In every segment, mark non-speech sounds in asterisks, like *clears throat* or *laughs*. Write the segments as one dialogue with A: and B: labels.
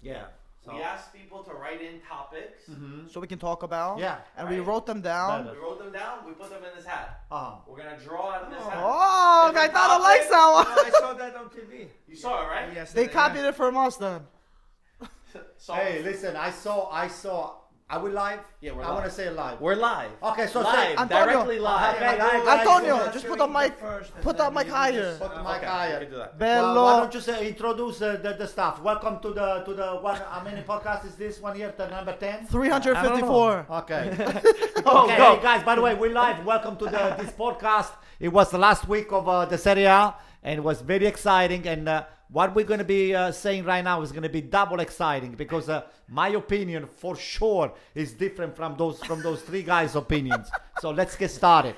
A: Yeah. So
B: We asked people to write in topics.
A: Mhm.
C: so we can talk about.
A: Yeah.
C: And we
B: Right.
C: wrote them down.
A: Better.
B: We wrote them down. We put them in this hat.
A: Uh-huh.
B: We're gonna draw out of this hat.
C: Oh,
B: Different
C: I thought I likes
B: topics.
A: Oh,
C: that
A: I saw that on TV.
B: You saw it, right?
C: one. *laughs* They
A: Yesterday,
C: copied it from us then.
B: Yeah. So
A: Hey, listen, I saw, I saw. Are we live?
D: Yeah, we're
A: I want to
D: live.
A: say live.
D: We're live.
A: Okay, so say-
D: live,
C: Antonio.
D: directly live.
A: Hey, Antonio,
C: guys, Antonio,
A: you
C: just
A: have
C: put
A: to
C: the mic-
A: read first and
C: put
A: then
C: the mic
A: you
C: higher.
A: just-
C: Put
A: Okay.
D: Okay,
A: higher.
D: we can do that.
A: Well, why
C: Bello.
A: don't you say introduce uh, the, the staff? Welcome to the to the one. How many podcasts is this one here? The number ten.
C: 354.
A: Okay.
D: *laughs*
A: *laughs*
D: Go,
A: okay,
D: go.
A: hey, guys. By the way, we're live. Welcome to the, this podcast. It was the last week of uh, the Serie A, and it was very exciting. And uh, what we're going to be uh, saying right now is going to be double exciting because uh, my opinion, for sure, is different from those from those three guys' opinions. so let's get started.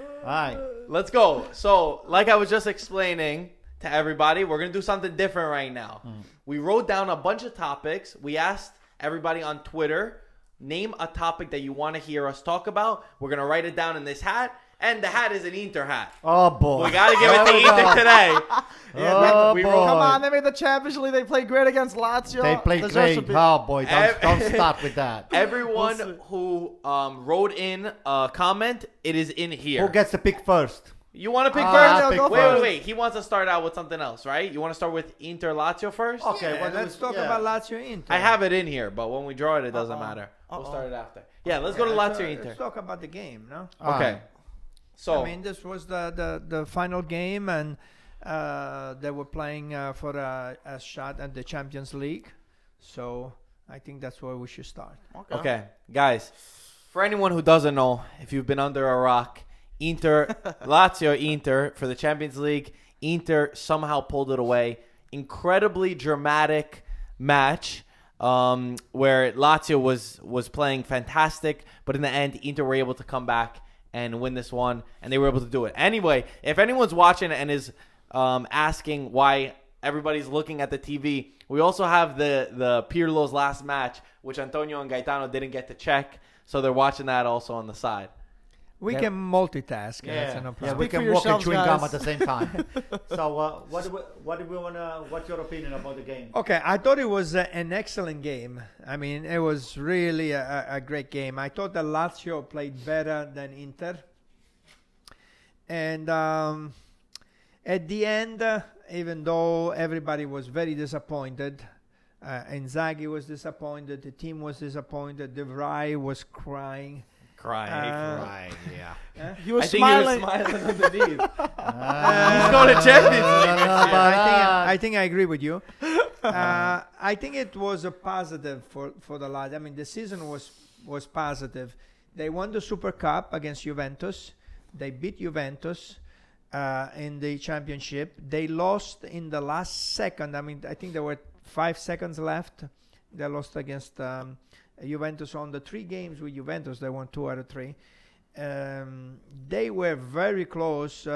A: All right.
D: Let's go. So, like I was just explaining to everybody, we're gonna do something different right now.
A: Hmm.
D: We wrote down a bunch of topics. We asked everybody on Twitter, name a topic that you want to hear us talk about. We're gonna write it down in this hat, and the hat is an Inter hat.
A: *laughs* Oh boy.
D: We gotta give it
A: There we
D: to Inter
A: go.
D: today. *laughs*
A: *laughs* Oh
D: we- we
A: boy.
D: roll-
C: Come on, they made the Champions League. They played great against Lazio.
A: They played
C: Deserves to
A: great.
C: be-
A: Oh boy, don't,
D: Ev-
A: don't start
D: *laughs*
A: with that.
D: Everyone
C: We'll see.
D: who um, wrote in a comment, it is in here.
A: Who gets the pick first?
D: You want to pick
A: Ah,
D: first?
A: I'll
C: Yeah,
A: pick
C: go
D: Wait,
C: first.
D: wait, wait. He wants to start out with something else, right? You want to start with Inter Lazio first?
A: Okay,
E: Yeah,
A: well,
E: let's
A: we- Oh,
E: talk
A: yeah. Uh-uh.
E: about Lazio Inter.
D: I have it in here, but when we draw it, it doesn't
C: Uh-oh.
D: matter. We'll
C: Uh-oh.
D: start it after. Yeah, let's go
E: Yeah,
D: to Lazio
E: uh,
D: Inter.
E: Let's talk about the game, no?
A: All
D: okay.
A: right.
D: So,
A: Oh.
E: I mean, this was the the, the final game, and uh, they were playing uh, for a, a shot at the Champions League. So I think that's where we should start.
D: okay, guys, for anyone who doesn't know, if you've been under a rock, Inter Lazio Inter for the Champions League, Inter somehow pulled it away. Incredibly dramatic match. Um, where Lazio was was playing fantastic, but in the end, Inter were able to come back and win this one, and they were able to do it. Anyway, if anyone's watching and is um, asking why everybody's looking at the TV, we also have the the Pirlo's last match, which Antonio and Gaetano didn't get to check, so they're watching that also on the side.
E: We
A: Yeah.
E: can multitask. Yeah.
A: Yeah,
E: That's no
A: yeah
E: problem.
A: we
C: Speak for
A: can walk and
C: yourselves,
A: chewing gum at
C: guys.
A: the same time. so, uh, what do we, what do we wanna? What's your opinion about the game?
D: Oh.
E: Okay, I thought it was uh, an excellent game. I mean, it was really a, a a great game. I thought that Lazio played better than Inter. And um, at the end, uh, even though everybody was very disappointed, uh, Inzaghi was disappointed, the team was disappointed, De Vrij was crying.
D: Crying.
E: Uh,
A: Right, yeah.
C: He was
D: I think
C: smiling.
D: he was smiling underneath.
A: He's
D: going to Champions League
E: I, think, I think I agree with you. Uh, I think it was a positive for, for the Lazio. I mean, the season was was positive. They won the Super Cup against Juventus. They beat Juventus uh, in the championship. They lost in the last second. I mean, I think there were five seconds left. They lost against um, Juventus on the three games with Juventus. They won two out of three. Um, they were very close uh,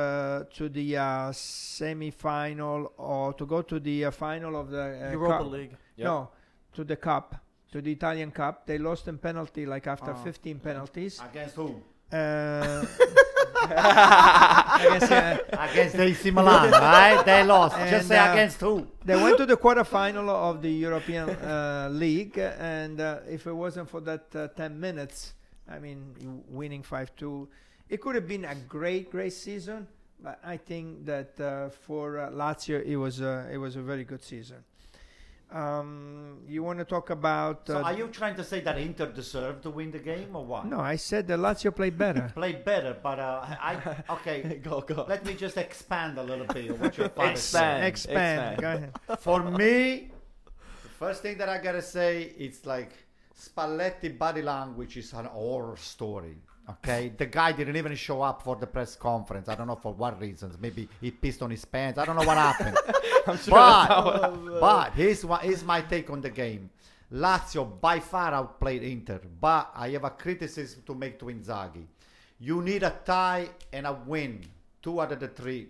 E: to the uh, semi-final or to go to the uh, final of the uh,
C: Europa
E: Cup.
C: League.
D: Yep.
E: No, to the cup, to the Italian cup. They lost in penalty, like after
C: Oh.
E: 15 penalties.
A: Against whom?
C: *laughs*
E: Uh, *laughs* against, uh,
A: Against
D: *laughs*
A: AC Milan, right? They lost.
E: And,
A: Just say
E: uh,
A: against who?
E: they went to the quarterfinal of the European uh, League, and uh, if it wasn't for that uh, 10 minutes, I mean, w- winning 5 2, it could have been a great, great season. But I think that uh, for uh, Lazio, it was uh, it was a very good season. Um, you want to talk about?
A: So,
E: uh,
A: are you trying to say that Inter deserved to win the game or what?
E: No, I said that Lazio
A: *laughs*
E: played better.
A: Played better, but uh, I okay.
D: go go.
A: Let me just expand a little bit on what your father
D: Expand.
A: said.
E: expand.
D: expand.
E: Go ahead.
A: For me, the first thing that I gotta say it's like Spalletti body language is an horror story. Okay, the guy didn't even show up for the press conference. I don't know for what reasons. Maybe he pissed on his pants. I don't know what happened. but but here's what here's my take on the game. Lazio by far outplayed Inter, but I have a criticism to make to Inzaghi. You need a tie and a win, two out of the three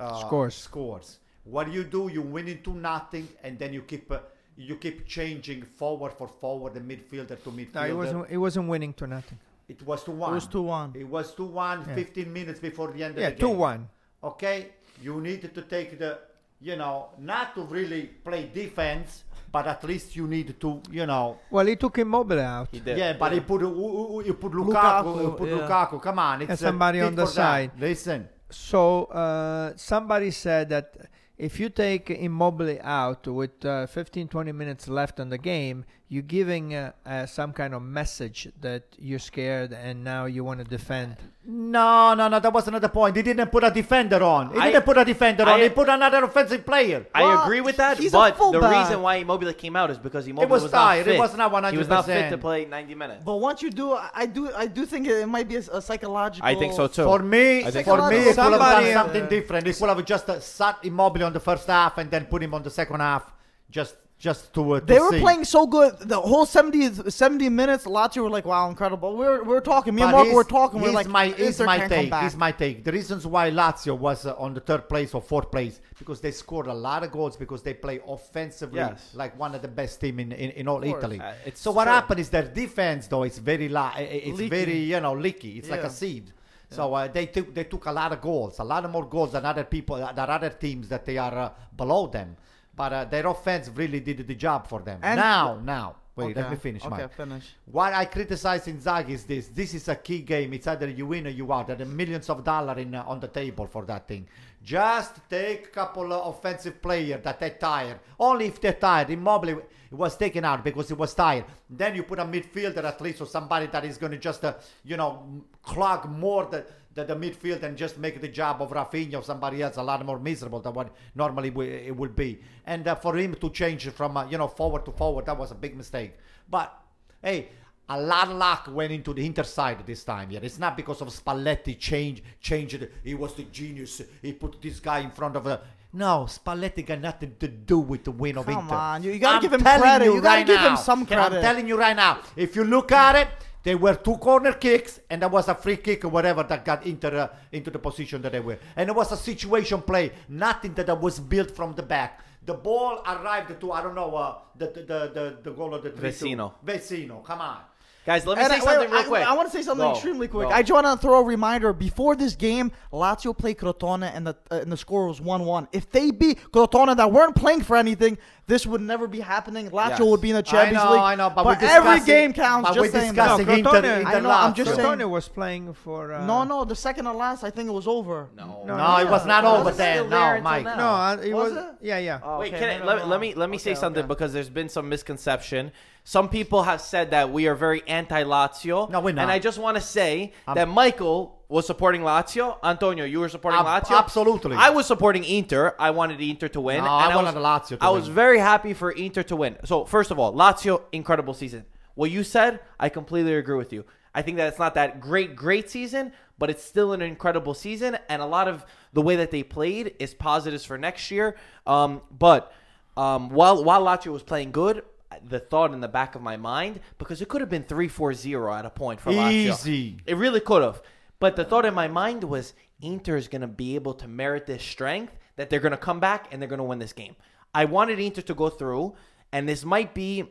A: uh,
E: Scores.
A: Scores. What you do, you win into nothing, and then you keep uh, you keep changing forward for forward, the midfielder to midfielder.
E: No, it wasn't. It wasn't winning to nothing.
A: It was two one.
C: It was 2-1.
A: It was two one.
E: Yeah.
A: Fifteen minutes before the end of
E: Yeah,
A: the game.
E: two one.
A: Okay, you need to take the you know not to really play defense, but at least you need to, you know.
E: Well, he took Immobile out.
D: *laughs* He
A: Yeah,
D: did.
A: but you put you you put Lukaku, you put
C: yeah.
A: Lukaku. Come on, it's
E: And
A: uh,
E: somebody
A: tit
E: on the
A: for tat.
E: side.
A: Listen,
E: So uh, somebody said that if you take Immobile out with uh, 15, 20 minutes left on the game, you're giving uh, uh, some kind of message that you're scared and now you want to defend.
A: no, no, no. That was another point. He didn't put a defender on. He
D: I-
A: didn't put a defender on.
D: I-
A: He put another offensive player.
D: I
C: Well,
D: agree with that,
C: he's a
D: but the
C: fullback.
D: reason why Immobile came out is because Immobile
A: was
D: not
A: tired. It
D: fit.
A: was not
D: He was not fit
A: 100%.
D: to play 90 minutes.
C: But once you do, I I do, I do think it might be a, a psychological.
D: I think so too.
A: For me,
D: I think
A: for
C: so.
A: me, it could have done
E: Somebody- uh,
A: something different. It could have just uh, sat Immobile on the first half and then put him on the second half, just just to. Uh, to
C: They were
A: see.
C: playing so good the whole 70, 70 minutes. Lazio were like, "Wow, incredible." We were, we were talking. Me and
A: But
C: Mark
A: here's-
C: were talking. We're
A: here's
C: like,
A: my, here's
C: "Inter
A: my
C: can't
A: take.
C: come
A: Here's
C: back."
A: my take. The reasons why Lazio was uh, on the third place or fourth place because they scored a lot of goals because they play offensively
D: Yes.
A: like one of the best team in, in, in all
C: course.
A: Italy.
D: Uh, it's
A: so what
D: true.
A: happened is their defense though is very li- it's
C: Leaky.
A: very you know leaky. It's like a
C: Yeah.
A: seed. So uh, they took they took a lot of goals, a lot of more goals than other people, uh, than other teams that they are uh, below them. But uh, their offense really did the job for them.
C: And-
A: now, now, wait, let
C: Okay,
A: me finish.
C: Okay,
A: Mike.
C: finish.
A: What I criticize Inzaghi is this: this is a key game. It's either you win or you out. There are millions of dollars in uh, on the table for that thing. Just take a couple of offensive players that they tired. Only if they're tired. Immobile was taken out because he was tired. Then you put a midfielder at least, or somebody that is going to just uh, you know m- clog more the, the the midfield and just make the job of Rafinha or somebody else a lot more miserable than what normally we, it would be. And uh, for him to change from uh, you know forward to forward, that was a big mistake. But Hey, a lot of luck went into the Inter side this time here. It's not because of Spalletti change changed. He was the genius. He put this guy in front of a. No, Spalletti got nothing to do with the win of
C: Come
A: Inter.
C: on, you- you gotta
A: I'm
C: give him
A: telling
C: credit. You gotta give
A: now.
C: him some
A: I'm
C: credit.
A: telling you right now. If you look at it, there were two corner kicks, and there was a free kick or whatever that got Inter uh, into the position that they were. And it was a situation play, nothing that was built from the back. The ball arrived to I don't know uh, the, the the the the goal of the three-two.
D: Vecino.
A: Vecino, come on.
D: Guys, let me
C: And
D: say
C: I- wait,
D: something real
C: I-
D: quick.
C: I, want to say something
D: Go,
C: extremely quick.
D: go.
C: I just want to throw a reminder. Before this game, Lazio played Crotone, and the uh, and the score was one one. If they beat Crotone, that weren't playing for anything, this would never be happening. Lazio
D: Yes.
C: would be in the Champions
A: I know,
C: League.
A: I know, but, we're
C: every
A: discussing-
C: game counts.
A: But
C: just
A: we're
C: saying that.
A: discussing
E: No,
A: Inter,
E: Crotone-
A: Inter
C: I know, I'm just
A: Lazio.
C: saying-
E: Crotone was playing for. Uh,
C: No, no, the second to last, I think it was over.
D: No.
E: No,
A: No, it was not
C: Yeah.
A: over
C: Wasn't
A: then.
C: still there
A: No,
C: until
A: Mike.
C: now.
E: No, uh, it
C: Was
E: was.
C: it? Oh,
E: Yeah, yeah.
A: Oh,
D: Wait,
C: Okay,
D: can I,
C: no, no,
D: let,
C: no.
D: let me let me say
C: Okay,
D: something
C: okay.
D: because there's been some misconception. Some people have said that we are very anti Lazio.
A: No, we're not.
D: And I just want to say
A: I'm-
D: that Michael was supporting Lazio. Antonio, you were supporting
A: Ab-
D: Lazio.
A: absolutely.
D: I was supporting Inter. I wanted Inter to win.
A: No, I
D: was-
A: wanted Lazio to
D: I was
A: win.
D: very happy for Inter to win. So first of all, Lazio incredible season. What you said, I completely agree with you. I think that it's not that great great season, but it's still an incredible season, and a lot of the way that they played is positives for next year. Um, but um, while while Lazio was playing good. The thought in the back of my mind because it could have been 3 4 0 at a point for Lazio.
A: Easy.
D: It really could have. But the thought in my mind was Inter is going to be able to merit this strength that they're going to come back and they're going to win this game. I wanted Inter to go through, and this might be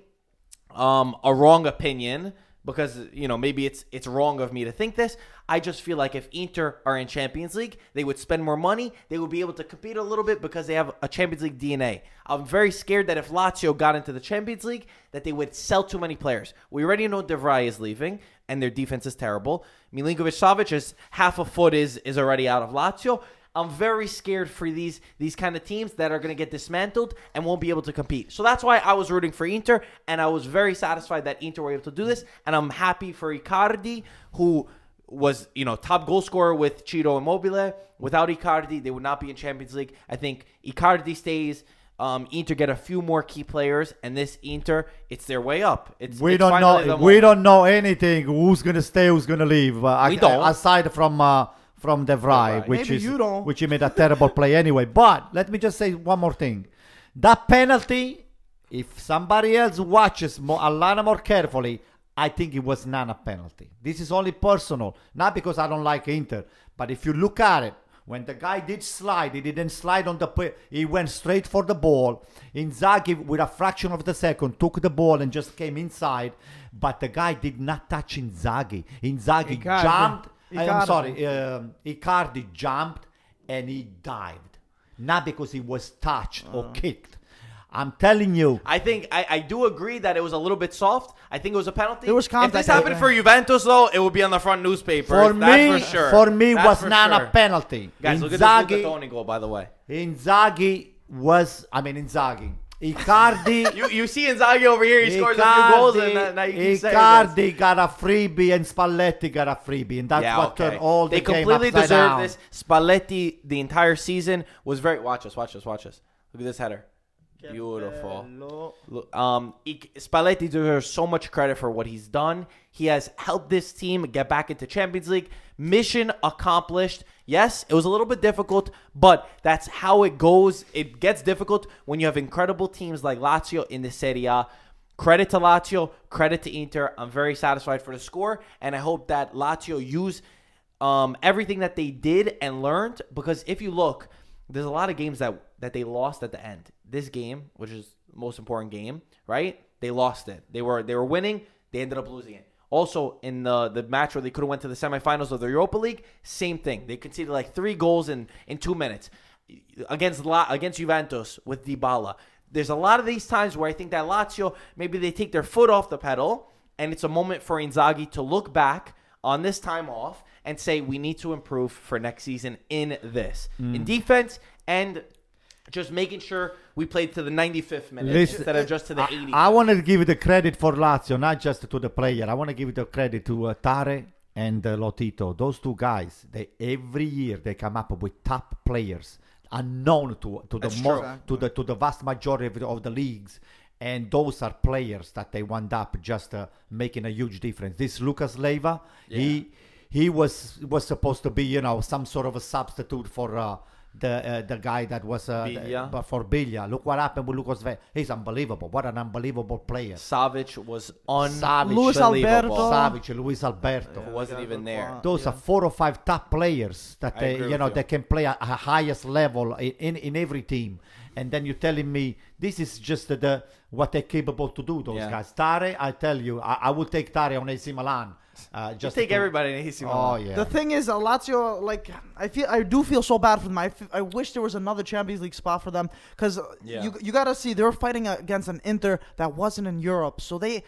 D: um, a wrong opinion because you know maybe it's it's wrong of me to think this. I just feel like if Inter are in Champions League, they would spend more money. They would be able to compete a little bit because they have a Champions League DNA. I'm very scared that if Lazio got into the Champions League, that they would sell too many players. We already know De Vrij is leaving, and their defense is terrible. Milinkovic Savic is half a foot is is already out of Lazio. I'm very scared for these these kind of teams that are going to get dismantled and won't be able to compete. So that's why I was rooting for Inter, and I was very satisfied that Inter were able to do this, and I'm happy for Icardi, who was you know top goal scorer with Ciro Immobile. Without Icardi, they would not be in Champions League. I think Icardi stays. Um, Inter get a few more key players, and this Inter, it's their way up. It's
A: We
D: it's
A: don't
D: finally
A: know.
D: the
A: We
D: moment.
A: don't know anything. Who's gonna stay? Who's gonna leave? Uh,
D: We
A: ac-
D: don't.
A: Aside from uh, from De Vrij,
D: Vrij.
A: which
C: Maybe
A: is
C: you don't.
A: which he made a terrible play anyway. But let me just say one more thing. That penalty, if somebody else watches more, a lot more carefully, I think it was not a penalty. This is only personal, not because I don't like Inter, but if you look at it, when the guy did slide, he didn't slide on the. pa- He went straight for the ball. Inzaghi, with a fraction of the second, took the ball and just came inside. But the guy did not touch Inzaghi. Inzaghi
E: Icardi.
A: jumped. I'm
E: Icardi.
A: sorry um, Icardi
D: Uh-huh.
A: jumped and he dived, not because he was touched or kicked. I'm telling you.
D: I think I, I do agree that it was a little bit soft. I think it was a penalty.
C: There was
D: If
C: contact,
D: this
C: I
D: happened
C: think.
D: for Juventus, though, it would be on the front newspaper.
A: For me,
D: that's for sure.
A: me
D: That's
A: was
D: for
A: not
D: sure.
A: a penalty.
D: Guys, look at this Luca
A: Inzaghi,
D: Toni goal, by the way.
A: Inzaghi was, I mean, Inzaghi. Icardi,
D: *laughs* You you see Inzaghi over here, he scores a few goals, and that, now you keep saying this.
A: Icardi got a freebie and Spalletti got a freebie, and that's what turned all
D: they
A: the game
D: completely
A: upside
D: deserve
A: down.
D: this. Spalletti, the entire season was very. Watch us, watch us, watch us. Look at this header, beautiful. Look, Um, Ic- Spalletti deserves so much credit for what he's done. He has helped this team get back into Champions League. Mission accomplished. Yes, it was a little bit difficult, but that's how it goes. It gets difficult when you have incredible teams like Lazio in the Serie A. Credit to Lazio, credit to Inter. I'm very satisfied for the score, and I hope that Lazio use um, everything that they did and learned. Because if you look, there's a lot of games that that they lost at the end. This game, which is the most important game, right? They lost it. They were they were winning. They ended up losing it. Also, in the the match where they could have went to the semifinals of the Europa League, same thing. They conceded like three goals in in two minutes against La- against Juventus with DiBala. There's a lot of these times where I think that Lazio maybe they take their foot off the pedal, and it's a moment for Inzaghi to look back on this time off and say we need to improve for next season in this
A: Mm.
D: in defense and just making sure we played to the 95th minute
A: Listen,
D: instead of just to the 80th.
A: I, want to give the credit for Lazio, not just to the player. I want to give the credit to uh, Tare and uh, Lotito. Those two guys, they every year they come up with top players unknown to to the
D: That's
A: mo-
D: true.
A: to the to the vast majority of the, of the leagues. And those are players that they wound up just uh, making a huge difference. This Lucas Leiva, he he was was supposed to be you know some sort of a substitute for uh, the uh, the guy that was uh, the-
D: Biglia.
A: but for Biglia, look what happened with Lucas Ve. He's unbelievable. What an unbelievable player.
D: Savic was unbelievable.
A: Savic.
C: Luis Alberto.
A: Savage, Luis Alberto.
D: Who wasn't even there.
A: Those are four or five top players that
D: I
A: they,
D: agree
A: you
D: with
A: know,
D: you.
A: they can play at a highest level in, in, in every team. And then you're telling me this is just the, the what they're capable to do. Those
D: Yeah.
A: guys. Tare, I tell you, I, I would take Tare on AC Milan. Uh,
D: Just
A: just
D: take
A: to-
D: everybody in AC
A: Oh
D: Milan.
A: yeah.
C: The thing is, uh, Lazio, like, I feel, I do feel so bad for them. I, f- I wish there was another Champions League spot for them because
D: Yeah.
C: you, you gotta see they were fighting against an Inter that wasn't in Europe, so they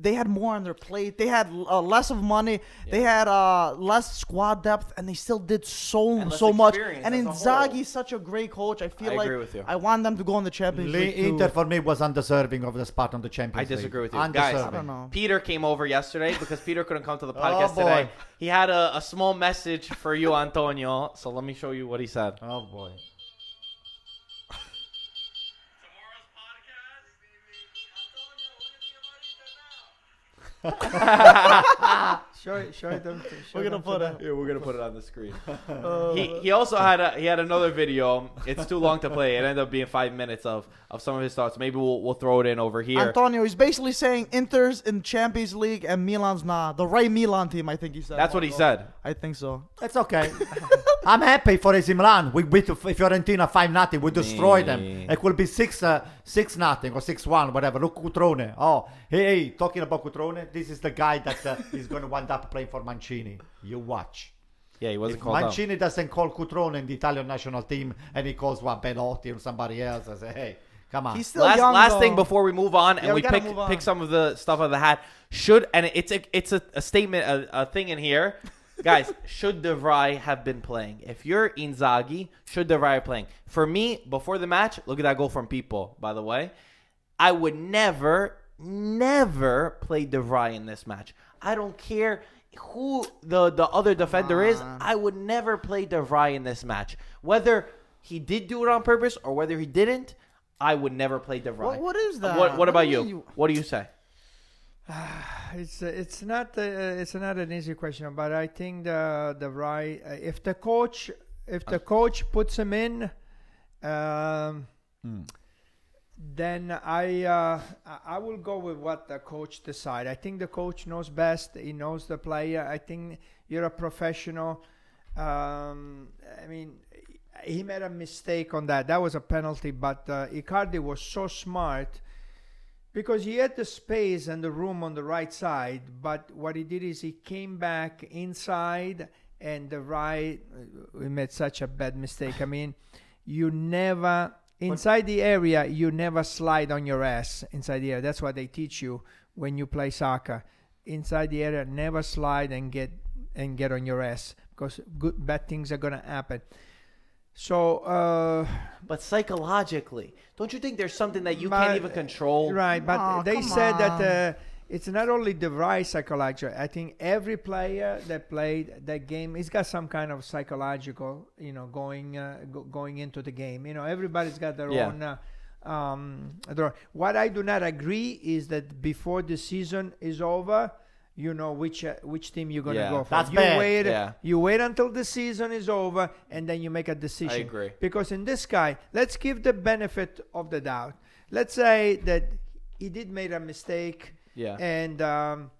C: they had more on their plate. They had uh, less of money. They had uh, less squad depth, and they still did so
D: And less
C: so much.
D: experience
C: And
D: as a whole.
C: Inzaghi's such a great coach. I feel
D: I
C: like
D: agree with you.
C: I want them to go in the Champions
A: Le-
C: League. too.
A: Inter for me was undeserving of the spot on the Champions
D: I
A: League.
D: disagree with you.
A: Undeserving. Oh,
D: Guys,
C: I don't know.
D: Peter came over yesterday because Peter couldn't come to
A: *laughs*
D: the podcast
A: boy.
D: today. He had a, a small message for you, Antonio. So let me show you what he said.
A: Oh boy.
F: Tomorrow's podcast. Antonio, what is your marito now?
E: Show it, show it. Them, show
C: We're gonna
E: them to
C: put
E: them.
C: it.
D: *laughs* Yeah, we're gonna put it on the screen. he, he also had a, he had another video. It's too long to play. It ended up being five minutes of, of some of his thoughts. Maybe we'll we'll throw it in over here.
C: Antonio is basically saying Inter's in Champions League and Milan's not. The right Milan team, I think he said.
D: That's what he said.
C: I think so.
A: That's okay. *laughs* I'm happy for AC Milan. We beat F- Fiorentina five nothing. We destroy
D: Me.
A: them. It will be six uh, six nothing or six one, whatever. Look Cutrone. Oh, hey, hey, talking about Cutrone, this is the guy that uh, is going to wind up playing for Mancini. You watch.
D: Yeah, he wasn't
A: If
D: called out.
A: Mancini doesn't call Cutrone in the Italian national team, and he calls what Belotti or somebody else, I say, hey, come on.
C: He's still
D: Last
C: young.
D: last thing
C: though.
D: before we move on and
C: Yeah,
D: we,
C: we gotta
D: pick
C: move on.
D: pick some of the stuff out of the hat. Should and it's a it's a, a statement a, a thing in
C: *laughs*
D: here, guys. should Devry have been playing? If you're Inzaghi, should Devry playing? For me, before the match, look at that goal from people. By the way, I would never, never play DeVry in this match. I don't care who the, the other defender is. I would never play DeVry in this match. Whether he did do it on purpose or whether he didn't, I would never play DeVry.
C: What- what is that?
D: What, Uh, what
C: What
D: about
C: do
D: you?
C: you-
D: What do you say?
E: It's uh, it's not uh, it's not an easy question, but I think the the right uh, if the coach if the coach puts him in, um, then I uh, I- I will go with what the coach decide. I think the coach knows best. He knows the player. I think you're a professional. Um, I mean, he made a mistake on that. That was a penalty, but uh, Icardi was so smart because he had the space and the room on the right side, but what he did is he came back inside, and the right we made such a bad mistake. I mean, you never inside the area, you never slide on your ass inside the area. That's what they teach you when you play soccer. Inside the area, never slide and get and get on your ass because good bad things are gonna happen. So uh,
D: But psychologically, don't you think there's something that you
E: But-
D: can't even control?
E: right, but
C: Aw,
E: they
C: come
E: said
C: on.
E: that uh, it's not only the right psychology. I think every player that played that game, it's got some kind of psychological, you know, going uh, go, going into the game. You know, everybody's got their
D: Yeah.
E: own. Uh, um, their- what I do not agree is that before the season is over, you know which uh, which team you're gonna
D: Yeah,
E: go for.
A: that's
E: you
A: bad.
E: wait,
D: Yeah.
E: you wait until the season is over, and then you make a decision.
D: agree.
E: Because in this guy, let's give the benefit of the doubt. Let's say that he did made a mistake.
D: Yeah.
E: And um,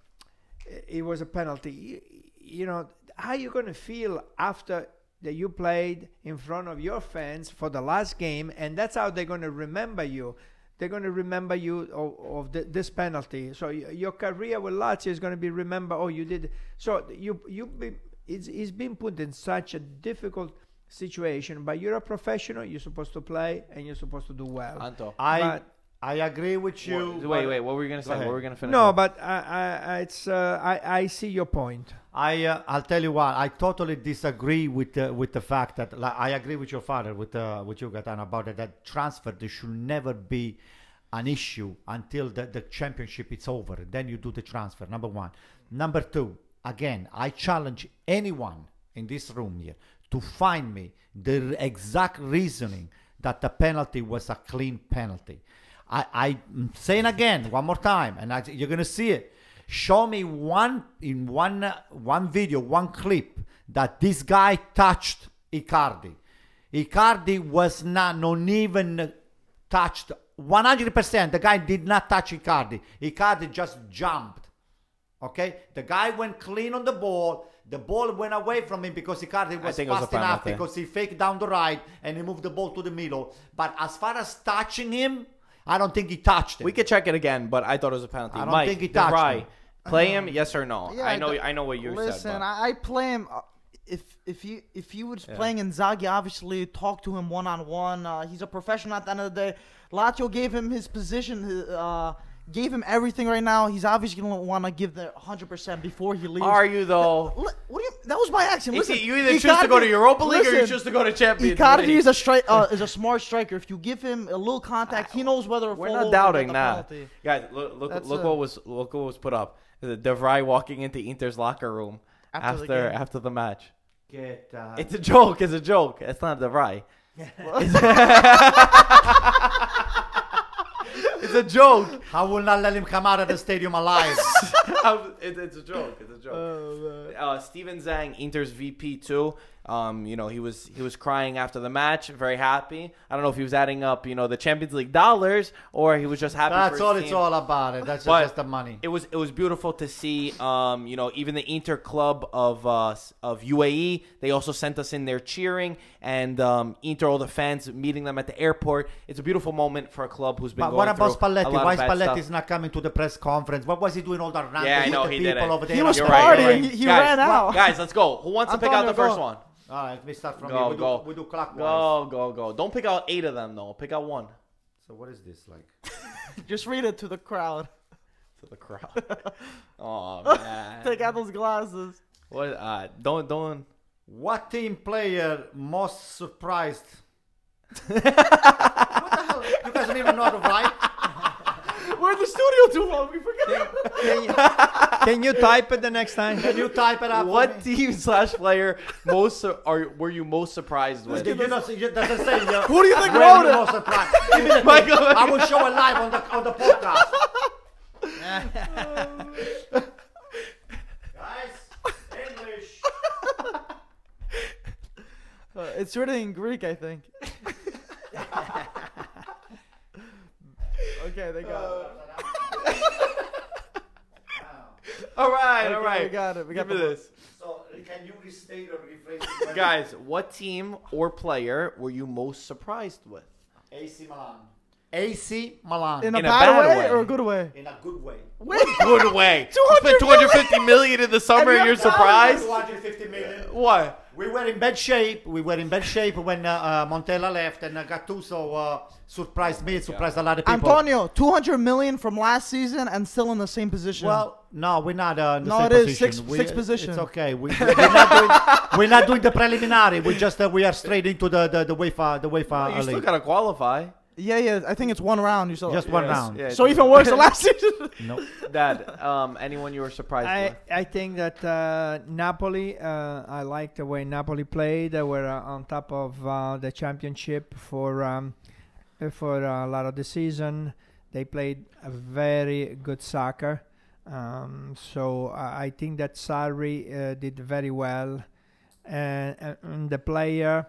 E: it- it was a penalty. You, you know, how you going to feel after that you played in front of your fans for the last game, and that's how they're going to remember you. They're going to remember you of, of th- this penalty. So y- your career with Lazio is going to be remembered. Oh, you did. So you you be, it's, it's been put in such a difficult situation, but you're a professional. You're supposed to play, and you're supposed to do well.
D: Anto.
A: I
E: But-
A: I agree with you.
D: wait,
A: but
D: wait. What were you gonna say?
A: ahead.
D: What were you gonna finish?
E: no,
D: with?
E: but I, I, I- it's uh, I, I see your point.
A: I uh, I'll tell you what. I totally disagree with uh, with the fact that like, I agree with your father with uh, with you Gatan about it that transfer there should never be an issue until the, the championship is over. Then you do the transfer. Number one. Number two. Again, I challenge anyone in this room here to find me the exact reasoning that the penalty was a clean penalty. I, I'm saying again, one more time, and I, you're gonna see it. Show me one in one uh, one video, one clip that this guy touched Icardi. Icardi was not not even touched 100%. The guy did not touch Icardi. Icardi just jumped. Okay, the guy went clean on the ball. The ball went away from him because Icardi was
D: think it was a
A: fast enough
D: penalty.
A: because he faked down the right and he moved the ball to the middle. But as far as touching him, I don't think he touched him.
D: we could check it again. But I thought it was a penalty.
A: I don't
D: Mike,
A: think he touched
D: DeVry,
A: him.
D: Play him, yes or no?
C: Yeah,
D: Uh-huh. I know.
C: th-
D: I know what you
C: Listen,
D: said. but-
C: I, I play him. uh, If if he if he was playing Inzaghi, obviously talk to him one on one. Uh, He's a professional at the end of the day. Lazio gave him his position. hi- Uh, gave him everything right now. He's obviously gonna want to give the hundred percent before he leaves.
D: *laughs* Are you though?
C: Li- What do you? That was by accident.
D: Is
C: Listen,
D: it- you either choose to go to Europa League or you
C: listen,
D: choose to go to Champions
C: Icardi
D: League.
C: is a stri- uh, is a smart striker. If you give him a little contact, he knows whether a
D: We're
C: foul
D: not
C: or not
D: doubting
C: a
D: that,
C: penalty.
D: guys. Look, look,
C: That's
D: look
C: a-
D: what was look what was put up. The Devry walking into Inter's locker room
C: After
D: after
C: the
D: after the,
C: game.
D: match.
A: get uh,
D: It's a joke. It's a joke. It's not Devry. *laughs* it's a joke.
A: I will not let him come out of the
D: *laughs*
A: stadium alive.
D: I'm- it- it's a joke. It's a joke. uh, Steven Zhang, Inter's VP too. Um, you know, he was he was crying after the match, very happy. I don't know if he was adding up, you know, the Champions League dollars or he was just happy. for
A: That's
D: his
A: all it's
D: team.
A: all about. It. That's
D: But-
A: just the money.
D: It was it was beautiful to see. Um, you know, even the Inter club of uh, of UAE, they also sent us in there cheering, and um, Inter all the fans meeting them at the airport. It's a beautiful moment for a club who's been.
A: But
D: going
A: what about
D: through a
A: Spalletti?
D: lot of
A: Why
D: bad
A: Spalletti
D: stuff. *laughs*
A: is not coming to the press conference? What was he doing all that random
D: Yeah, I know
A: with the
D: he
A: people
D: didn't.
A: over there?
C: He was
D: You're right, you're
C: partying.
D: right.
C: He- he
D: Guys,
C: ran out.
D: Guys, let's go. Who wants to pick out
C: Antonio,
D: the first
C: go.
D: one?
A: All right, let me start from here.
D: Go
A: We
D: go.
A: do, we do clockwise.
D: Go go go. Don't pick out eight of them though. Pick out one
A: So what is this like?
C: Just read it to the crowd.
D: to the crowd.
A: *laughs*
D: oh man.
C: Take out those glasses.
D: What? Uh, don't don't.
A: What team player most surprised? *laughs* what the hell? You guys don't even know how to
D: *laughs*
A: write.
D: We're in the studio too long. We forgot.
E: Can you, can you type it the next time?
A: Can you type it up? for
D: What
A: me?
D: team *laughs* slash player most su- are were you most surprised with?
A: You know, you, that's the same. you
C: Who do you think
A: Where
C: wrote
A: you
C: it?
A: most surprised? Give
C: *laughs*
A: me the thing.
D: Michael,
A: I will show it live on the on the podcast. *laughs* Guys, English.
C: *laughs* Uh, it's written in Greek, I think.
D: *laughs*
C: okay, they got
A: Uh,
C: it.
D: all right, all
C: Okay,
D: right.
C: we got it. We got
D: Give me
C: the-
D: this,
A: So can you restate or rephrase?
D: guys. What team or player were you most surprised with?
A: AC Milan. AC Milan.
C: In,
A: In
C: a,
D: In a
C: bad,
D: bad
C: way,
D: way.
C: or a
D: *laughs*
C: good way?
A: a, good way.
C: Wait,
D: Good way.
C: 200
D: Spent 250 million in the summer,
C: And
D: and you're
C: you're
D: surprised.
A: 250 million.
D: What?
A: We were in bad shape. We were in bad shape when uh, uh, Montella left and uh, Gattuso uh, surprised me, surprised a lot of people.
C: Antonio, 200 million from last season and still in the same position.
A: Well, no, we're not uh, in the
C: No,
A: same
C: it is
A: position.
C: six-
A: we, uh,
C: sixth position.
A: It's okay. We, we're, not doing, *laughs* we're not doing the preliminary. We just uh, we are straight into the the, the UEFA the UEFA
C: Uh,
D: you
A: league.
D: still gotta qualify.
C: yeah, yeah. I think it's one round. You still
A: just one
D: Yes,
A: round.
D: yeah.
C: So even
D: *laughs*
C: worse than last season.
A: No.
D: Dad, um, anyone you were surprised
E: I,
D: with?
E: I think that uh, Napoli, uh, I like the way Napoli played. They were uh, on top of uh, the championship for um, uh, for uh, a lot of the season. They played a very good soccer. Um, so I I think that Sarri uh, did very well. And, and- and the player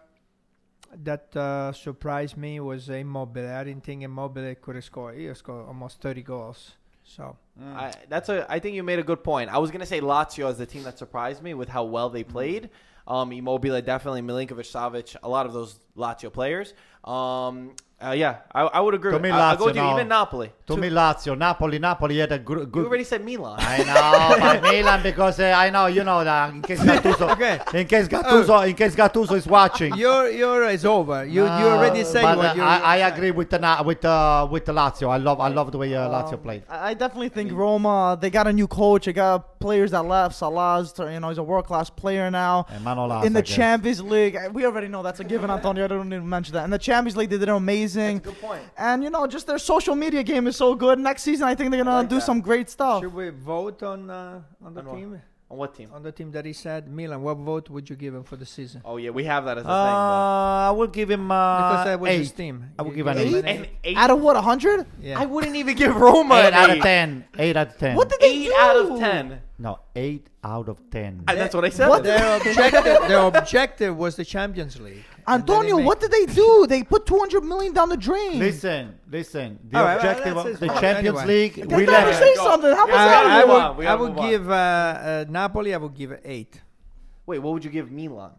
E: that uh, surprised me was Immobile. I didn't think Immobile could score. He scored almost 30 goals. So
D: I, that's a. I think you made a good point. I was gonna say Lazio as the team that surprised me with how well they played. Um, Immobile definitely, Milinkovic, Savic, a lot of those Lazio players. Um, uh, yeah, I, I would agree.
A: To me,
D: I, I'll go
A: Lazio,
D: with you.
A: no.
D: even Napoli.
A: To me, Lazio, Napoli, Napoli had a gr- good.
D: You already said Milan.
A: *laughs* I know, but Milan because uh, I know you know that in case Gattuso,
E: Okay.
A: in case Gattuso, in case Gattuso is watching.
E: Your your is over. You you already
A: Uh,
E: said
A: but,
E: what
A: uh,
E: you.
A: I, I agree with the Na- with uh, with the Lazio. I love I love the way uh, Lazio played.
C: I I definitely think Roma. They got a new coach. They got players that left. Salah's, you know, he's a world class player now.
A: And Manolas,
C: in the
A: I guess.
C: Champions League, we already know that's a given, Antonio. I don't need to mention that. In the Champions League, they did amazing.
D: That's a good point.
C: And you know, just their social media game is so good. Next season, I think they're gonna
D: like
C: do
D: that.
C: some great stuff.
E: Should we vote on uh, on the
D: On what?
E: team
D: On what team?
E: on the team that he said Milan? What vote would you give him for the season?
D: Oh yeah, we have that as a
A: Uh, I will give him uh,
E: Because that was
A: eight.
E: his team.
A: I would
E: You
A: give an
E: him
D: thing.
A: eight.
D: Though. And eight,
C: Out of what, hundred?
E: Yeah.
D: I wouldn't even give Roma
A: Eight
D: an
A: out
D: eight.
A: of ten. Eight out of ten.
C: What did they
D: Eight
C: do?
D: out of ten.
A: No, eight out of ten.
D: And that's what I said.
C: What the-
E: their *laughs* objective their objective was the Champions League. And then
C: Antonio,
E: they
C: what
E: make-
C: did they do? They put 200 million down the drain.
A: listen, listen. The
E: All right, well,
A: objective
E: that's
A: of
E: his
A: the
E: fault
A: Champions
E: anyway.
A: League. We
C: They never
A: left.
D: Yeah,
C: say
D: go.
C: something. How was
D: Yeah,
C: that?
E: I, I
D: We
E: would,
D: gotta move on. We
E: I
D: gotta
E: would
D: move on.
E: give uh, uh, Napoli. I would give eight.
D: Wait, what would you give Milan?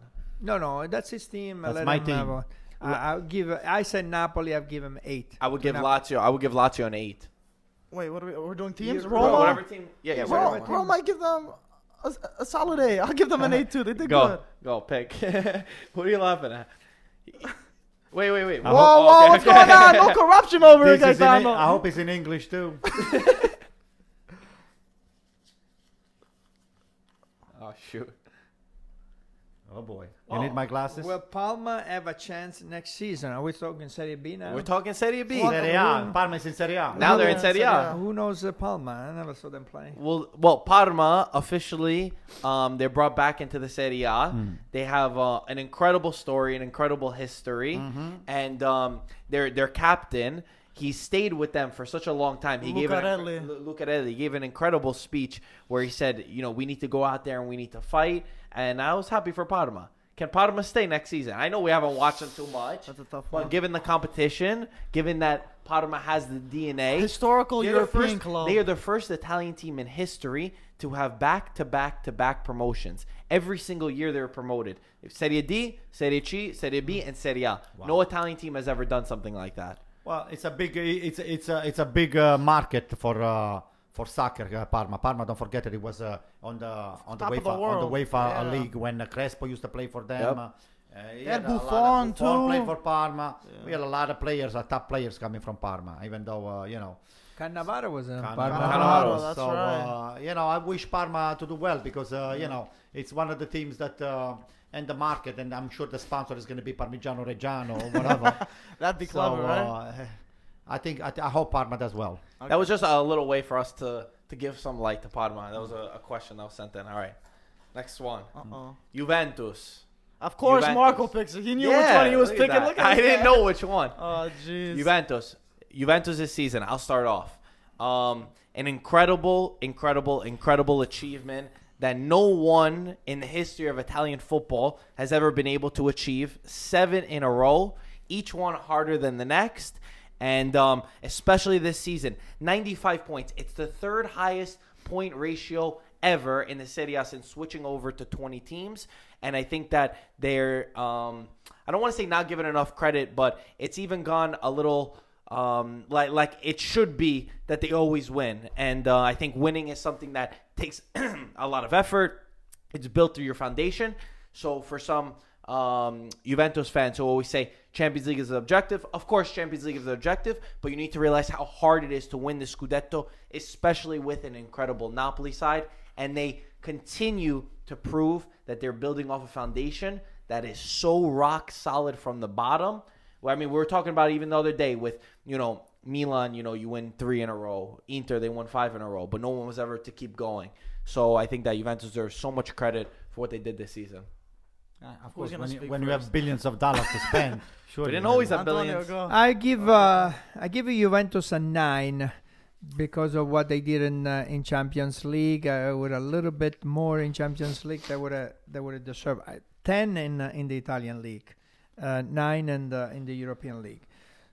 E: No, no, that's his team. I
A: That's
E: let
A: my
E: him have
A: team.
E: a- I, I'll give. I said Napoli. I'd give him eight.
D: I would give
E: Napoli.
D: Lazio. I would give Lazio an eight.
C: Wait, what are we? We're doing teams.
E: You-
C: Roma.
D: Well, whatever team. Yeah, yeah.
C: Roma,
D: Whatever.
E: Roma.
C: Roma, I give them a, a solid A. I'll give them an A too. They did
D: Go,
C: good.
D: go, pick. *laughs* what are you laughing at? *laughs* Wait, wait, wait.
A: I
C: Whoa,
A: hope-
D: Oh,
C: whoa,
D: okay,
C: what's
D: okay.
C: going on?
D: *laughs*
C: No corruption over here,
A: This is in,
C: Gaetano.
A: I hope it's in English too.
D: Oh shoot.
A: oh boy, you need my glasses.
E: Will Palma have a chance next season? Are we talking Serie B now?
D: We're talking Serie B.
A: Serie A. Parma is in Serie A.
D: Now they're in
C: Yeah,
D: Serie
C: Serie
E: Uh,
D: A.
E: who knows uh, Palma? I never saw them play.
D: Well, well, Parma officially, um, they're brought back into the Serie A.
C: Hmm.
D: They have uh, an incredible story, an incredible history,
C: Mm-hmm.
D: and um, their their captain. He stayed with them for such a long time. He gave an,
C: Lucarelli.
D: Lu- Lucarelli gave an incredible speech where he said, "You know, we need to go out there and we need to fight." And I was happy for Parma. Can Parma stay next season? I know we haven't watched them too much,
C: That's a tough
D: but
C: one.
D: given the competition, given that Parma has the DNA,
C: Historical
D: they're the
C: European
D: first-
C: club.
D: They are the first Italian team in history to have back to back to back promotions. Every single year they were promoted. Serie D, Serie C, Serie B, and Serie A. No Italian team has ever done something like that.
A: Well, it's a big, it's it's a it's a big uh, market for uh, for soccer. Uh, Parma, Parma. Don't forget it. It was uh, on the on the
C: Top of
A: UEFA
C: the
A: on the
C: world.
A: UEFA
C: Yeah.
A: league when uh, Crespo used to play for them.
D: Yep.
A: Uh, uh, he
C: They had
A: a lot of-
C: Buffon, too.
A: played for Parma. We had a lot of players, uh, top players coming from Parma. Even though uh, you know,
E: Cannavaro was in
A: Cannavaro.
C: Cannavaro, that's
A: so,
C: right.
A: uh, you know, I wish Parma to do well because uh, you know it's one of the teams that uh, and the market, and I'm sure the sponsor is going to be Parmigiano Reggiano or whatever.
D: *laughs*
C: That'd be
A: So,
C: clever, right?
A: uh, I think I, th- I hope Parma does well.
D: That was just a little way for us to, to give some light to Parma. That was a, a question that was sent in. All right. Next one
C: Uh-oh.
D: Juventus.
C: Of course,
D: Juventus.
C: Marco picks it. He knew which
D: Yeah,
C: one he was
D: look at
C: picking.
D: that.
C: Look at
D: I
C: that.
D: didn't know which one.
C: Oh, jeez.
D: Juventus. Juventus this season. I'll start off. Um, an incredible, incredible, incredible achievement that no one in the history of Italian football has ever been able to achieve. Seven in a row, each one harder than the next, and um, especially this season, 95 points. It's the third highest point ratio ever in the Serie A since switching over to 20 teams. And I think that they're, um, I don't want to say not given enough credit, but it's even gone a little um, like like it should be that they always win. And uh, I *clears throat* think winning is something that takes a lot of effort. It's built through your foundation. So for some um, Juventus fans who always say Champions League is the objective, of course Champions League is the objective, but you need to realize how hard it is to win the Scudetto, especially with an incredible Napoli side, and they continue to prove that they're building off a foundation that is so rock solid from the bottom. Well, I mean, we were talking about it even the other day with you know Milan. You know, you win three in a row. Inter, they won five in a row, but no one was ever to keep going. So I think that Juventus deserves so much credit for what they did this season.
A: Uh, of course,
C: gonna
A: when, you,
C: speak
A: when you have
C: first?
A: billions of dollars to *laughs* spend, sure.
D: They didn't
A: you
D: always
A: have
D: have
C: Antonio,
D: billions.
C: go.
E: I give uh, I give Juventus a nine because of what they did in uh, in Champions League. I would a little bit more in Champions League. They would have they would have deserved uh, ten in uh, in the Italian league, uh, nine in the in the European league.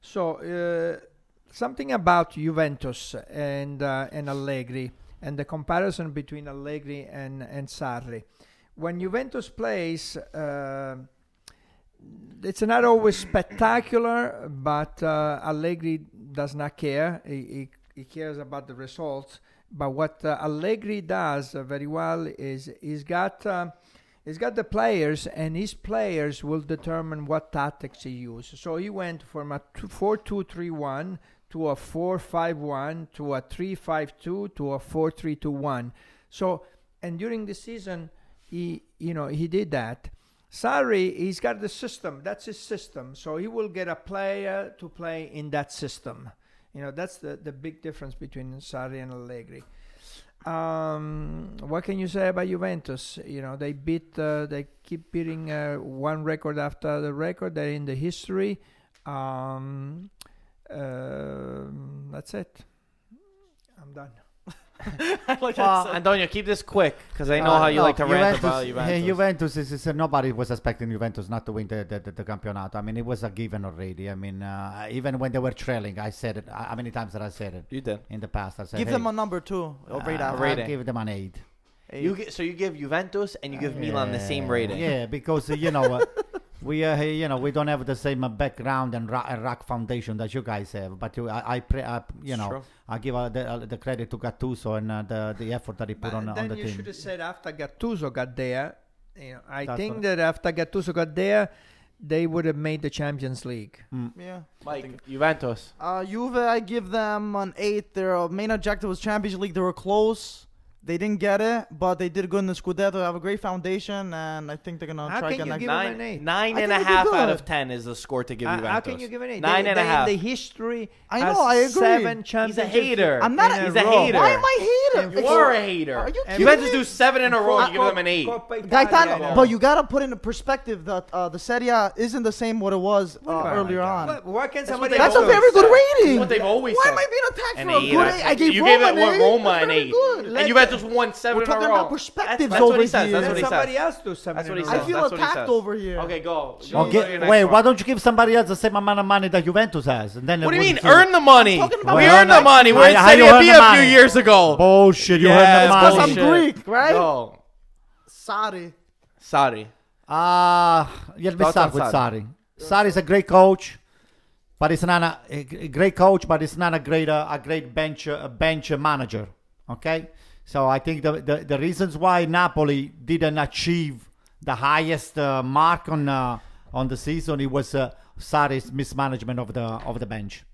E: So uh, something about Juventus and uh, and Allegri and the comparison between Allegri and and Sarri. When Juventus plays. Uh, it's not always spectacular, but uh, Allegri does not care. He, he, he cares about the results. But what uh, Allegri does uh, very well is he's got uh, he's got the players, and his players will determine what tactics he uses. So he went from a two, four-two-three-one to a four-five-one to a three-five-two to a four-three-two-one. So and during the season, he you know he did that. Sarri, he's got the system. That's his system. So he will get a player to play in that system. You know, that's the, the big difference between Sarri and Allegri. Um, what can you say about Juventus? You know, they beat, uh, they keep beating uh, one record after the record. They're in the history. Um, um, that's it. I'm done.
C: like
D: Uh,
C: I said.
D: Antonio, keep this quick because I know
A: Uh,
D: how you
A: no,
D: like to rant about
A: eh,
D: Juventus.
A: Juventus is, is- nobody was expecting Juventus not to win the, the, the, the campionato. I mean, it was a given already. I mean, uh, even when they were trailing, I said it. How many times did I say it
D: You did.
A: in the past? I said,
C: Give
A: hey,
C: them a number two. Or rate
A: uh,
C: out.
D: rate
A: I'll
D: it.
A: give them an eight.
D: You gi- so you give Juventus and you give Milan the same
A: Yeah,
D: rating.
A: Yeah, because uh, you know uh, *laughs* we uh, you know we don't have the same uh, background and rock, and rock foundation that you guys have. But you, I, I, pre, I you
D: It's
A: know
D: true.
A: I give uh, the, uh, the credit to Gattuso and uh, the the effort that he put
E: Uh,
A: on,
E: then
A: on the
E: you should
A: team.
E: have said after Gattuso got there. You know, I
A: That's
E: think
A: what-
E: that after Gattuso got there, they would have made the Champions League.
C: Yeah.
D: Mike, Juventus.
C: Uh, Juve, I give them an eight. Their uh, main objective was Champions League. They were close. They didn't get it, but they did good in the Scudetto. They have a great foundation, and I think they're gonna
E: How
C: try
E: can
C: again
E: you
C: next.
E: give them
D: Nine,
E: an eight.
D: nine
C: I
D: and a
C: think they
D: half
C: do
D: out
C: it.
D: of ten is the score to give
E: Uh,
D: Juventus.
E: how can you give an eight?
D: Nine
E: they,
D: and a
E: they
D: half.
E: In the history,
C: I
E: has
C: know, I agree.
E: Seven
C: He's
D: He's a
E: championships.
D: hater.
C: I'm not-
D: He's
E: in
D: a
E: row.
D: hater.
C: Why am I hater?
D: You
C: It's-
D: are a hater.
C: Are you kidding
D: Juventus
C: me?
D: do seven in a row. You give them an E. eight.
E: Coppa
C: Like that-
E: Italia.
C: but you gotta put into perspective that uh, the Serie A isn't the same what it was uh,
E: about-
C: earlier on.
E: Why- Why can
D: what
E: somebody?
D: they
C: That's a
D: always
C: very good
D: said.
C: rating.
D: It's what they've always
C: Why
D: said.
C: am I being attacked
D: An
C: for a
D: eight,
C: good
D: I
C: eight? I
D: think.
C: gave
D: you
C: Roma
D: gave it what,
C: an eight.
D: Roma
C: That's
D: an
C: very
D: eight.
C: good.
D: And
E: Let-
D: Juventus
C: *laughs*
D: won seven
C: We're
D: in a row.
C: talking about perspectives
D: that's, that's what
C: over
D: he says.
C: here.
D: That's what
E: Let
D: he
E: somebody
D: says.
E: else do seven.
D: That's what
E: in
D: he
E: a
D: says.
E: row.
C: I feel
D: That's what he
C: attacked
D: says.
C: over here.
D: Okay, go. Go
A: Oh,
D: to
A: get-
D: your next
A: wait,
D: one.
A: why don't you give somebody else the same amount of money that Juventus has? And then
D: What do
A: it
D: you mean?
A: would be-
D: Earn the money.
C: Talking
A: about-
D: we
A: Well,
D: earned the
A: like-
D: money. We were in
A: How- how you
D: Serie B
A: earn the
D: a few
A: money?
D: years ago.
A: Bullshit! You
D: Yeah,
A: earn the
D: it's
A: money.
C: I'm Greek, right?
D: Go.
C: Sorry.
D: Sorry.
A: Uh, let me
D: Thoughts on
A: start with
D: Sarri?
A: Sari. Sari is a great coach, but it's not a, a g- great coach, but it's not a great uh, a great bench uh, a bench manager. Okay, so I think the, the the reasons why Napoli didn't achieve the highest uh, mark on uh, on the season it was uh, Sari's mismanagement of the of the bench.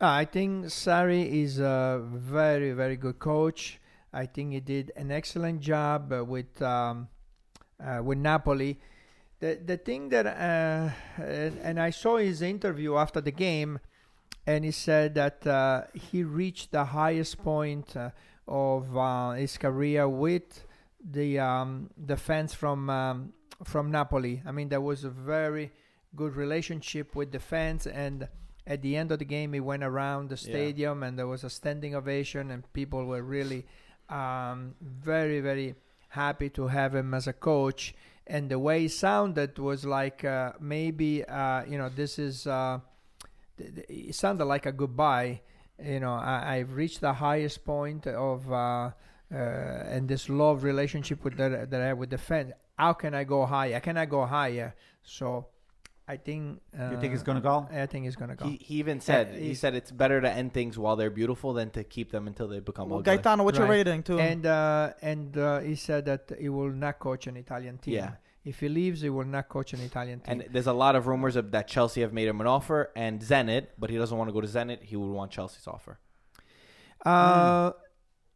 E: Ah, I think Sari is a very, very good coach. I think he did an excellent job uh, with um, uh, with Napoli. The the thing that uh, and, and I saw his interview after the game, and he said that uh, he reached the highest point uh, of uh, his career with the um, the fans from um, from Napoli. I mean, there was a very good relationship with the fans and at the end of the game he went around the stadium and there was a standing ovation and people were really um, very very happy to have him as a coach and the way he sounded was like uh, maybe uh, you know this is uh, th- th- it sounded like a goodbye you know I, i've reached the highest point of uh, uh, and this love relationship with that, that i have with the fans how can i go higher can i go higher so I think. Uh,
A: You think it's gonna go?
E: I think it's gonna go.
D: He, he even said he
E: he-
D: said it's better to end things while they're beautiful than to keep them until they become
C: Well,
D: ugly.
C: Gaetano, what's your
E: Right.
C: rating too?
E: and uh, and uh, he said that he will not coach an Italian team.
D: Yeah.
E: If he leaves, he will not coach an Italian team.
D: And there's a lot of rumors of that Chelsea have made him an offer and Zenit, but he doesn't want to go to Zenit. He would want Chelsea's offer.
E: uh,
C: Hmm.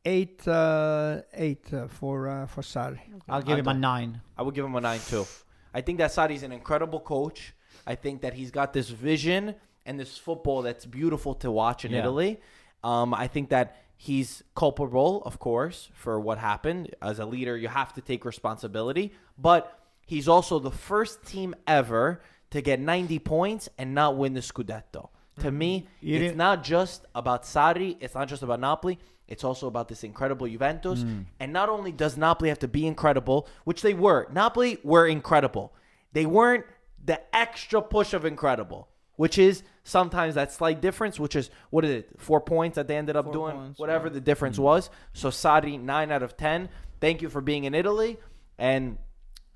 E: Eight, uh, eight uh, for uh, for Sarri.
A: I'll give him a nine.
D: I would give him a nine too. I think that Sadi's an incredible coach. I think that he's got this vision and this football that's beautiful to watch in
A: Yeah.
D: Italy. Um, I think that he's culpable, of course, for what happened. As a leader, you have to take responsibility. But he's also the first team ever to get 90 points and not win the Scudetto. To me,
A: Mm-hmm. You
D: it's
A: didn't-
D: not just about Sarri. It's not just about Napoli. It's also about this incredible Juventus.
A: Mm.
D: And not only does Napoli have to be incredible, which they were, Napoli were incredible. They weren't the extra push of incredible, which is sometimes that slight difference, which is what is it, four points that they ended up doing,
C: points,
D: whatever the difference
C: Mm-hmm.
D: was. So Sarri, nine out of 10. Thank you for being in Italy. And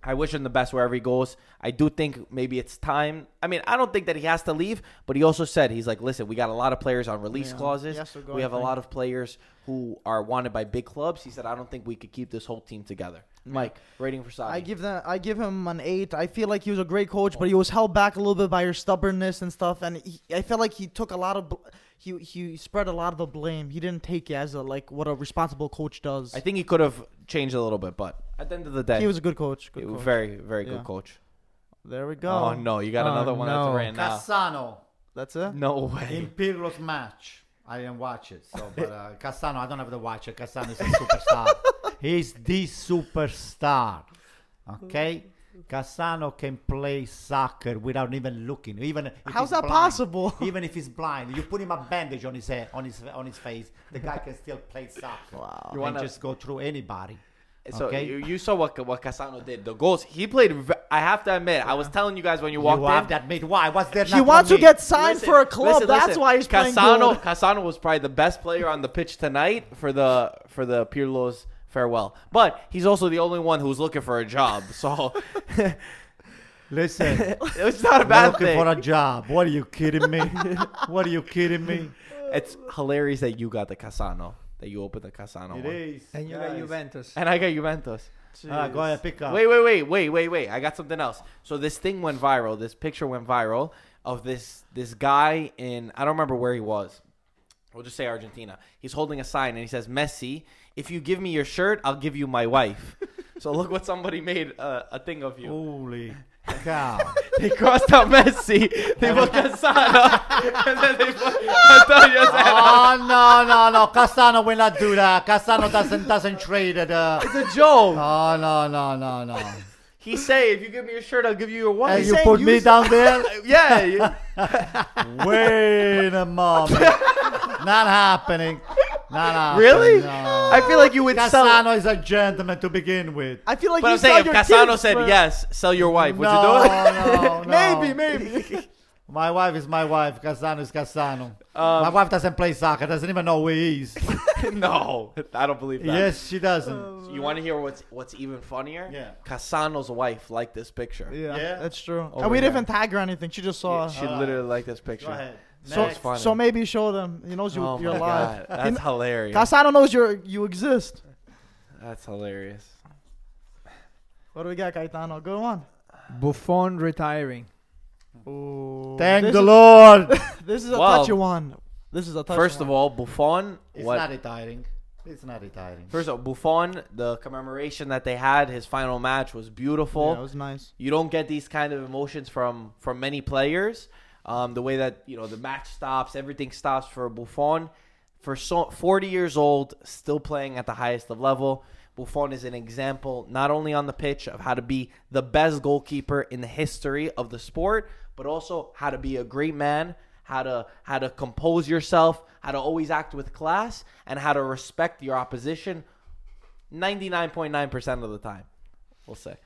D: I wish him the best wherever he goes. I do think maybe it's time. I mean, I don't think that he has to leave, but he also said he's like, listen, we got a lot of players on release
C: Yeah.
D: clauses.
C: He has to go,
D: we
C: I
D: have a
C: think.
D: lot of players who are wanted by big clubs. He said, I don't think we could keep this whole team together. Mike, rating for Saudi.
C: I give them, I give him an eight. I feel like he was a great coach, but he was held back a little bit by your stubbornness and stuff. And he, I felt like he took a lot of, bl- he he spread a lot of the blame. He didn't take it as a like what a responsible coach does.
D: I think he could have changed a little bit, but at the end of the day,
C: he was a good coach. Good
D: he was
C: coach.
D: very, very
C: Yeah.
D: good coach.
C: there we go.
D: Oh no, you got
E: Oh,
D: another one
E: no.
D: that's ran now.
A: Cassano
C: That's it.
D: No way.
A: in Pirlo's match. I didn't watch it, so but
C: *laughs*
A: uh, Cassano, I don't have to watch it. Cassano is a superstar. He's the superstar. Okay, Cassano can play soccer without even looking. Even if
C: How's
A: he's
C: that
A: blind.
C: possible? *laughs*
A: Even if he's blind, you put him a bandage on his head, on his on his face. The guy can still play soccer.
C: Wow.
A: You
D: You wanna-
A: and just go through anybody.
D: So
A: okay.
D: you, you saw what what Cassano did. The goals he played. ve- I have to admit, I was telling you guys when you walked
A: you
D: in.
A: have that mate. Why? What's there?
C: He
A: not for
C: wants to
A: me?
C: get signed
D: Listen,
C: for a club.
D: listen,
C: That's
D: listen.
C: why he's playing
D: Cassano,
C: good.
D: Cassano was probably the best player on the pitch tonight for the for the Pirlo's farewell. But he's also the only one who's looking for a job. *laughs* So
C: *laughs*
A: Listen,
D: it's not a
A: You're
D: bad
A: looking
D: thing.
A: for a job. What are you kidding me? what are you kidding me?
D: it's hilarious that you got the Cassano, that you opened the Cassano
A: It
D: one.
A: is.
E: And you got Juventus.
C: Uh,
D: And I got Juventus.
A: Ah, go ahead, pick up.
D: Wait, wait, wait, wait, wait, wait. I got something else. So this thing went viral. This picture went viral of this this guy in I don't remember where he was. We'll just say Argentina. He's holding a sign and he says, "Messi, if you give me your shirt, I'll give you my wife." *laughs* so look what somebody made uh, a thing of you.
A: Oh. *laughs* Holy cow.
D: They crossed out Messi. They
A: *laughs*
D: put Casano, *laughs* and then they put Antonio Santos.
A: oh, no, no, no. Castano will not do that. Castano doesn't doesn't trade it. Uh,
D: It's a joke.
A: no, no, no, no, no.
D: He say, "If you give me your shirt, I'll give you your wife."
A: And
D: He
A: you
D: say-
A: put me down there?
D: yeah. you- *laughs*
A: Wait a moment. not happening. Not happening.
D: Really?
A: No.
D: I feel like you would sell.
A: Castano is a gentleman to begin with.
C: I feel like
D: But
C: you
D: I'm saying,
C: saw
D: if
C: your
D: Casano
C: kids,
D: said
C: but-
D: yes, sell your wife, would you do it?
A: No, no, no.
C: *laughs* maybe, maybe.
A: My wife is my wife. Casano is Casano.
D: Um, *laughs*
A: my wife doesn't play soccer. Doesn't even know where he is.
D: no, I don't believe that.
A: yes, she doesn't.
D: You want to hear what's what's even funnier?
A: Yeah.
D: Casano's wife liked this picture.
C: *laughs* yeah,
A: Yeah.
C: that's true.
D: Oh
C: and we
D: my
C: didn't
D: God.
C: even tag her or anything. She just saw.
D: She
A: Uh,
D: literally liked this picture.
A: Go ahead.
D: So
A: Next.
D: funny.
C: so maybe show them. He knows you,
D: oh
C: you're
D: my
C: alive.
D: God. That's hilarious.
C: Casano knows you you exist.
D: That's hilarious.
C: What do we got, Caetano? Go on.
E: Buffon retiring.
C: Ooh,
A: Thank
C: this
A: the
C: is-
A: Lord.
C: This is a
D: Wow.
C: touchy one. This is a touchy
D: First of all, Buffon.
A: it's
D: what?
A: not retiring. It's not retiring.
D: First of all, Buffon. The commemoration that they had, his final match was beautiful.
C: yeah, it was nice.
D: you don't get these kind of emotions from from many players. Um, the way that you know the match stops, everything stops for Buffon. For so, 40 years old, still playing at the highest of level, Buffon is an example not only on the pitch of how to be the best goalkeeper in the history of the sport, but also how to be a great man, how to how to compose yourself, how to always act with class, and how to respect your opposition 99.9% of the time. We'll say.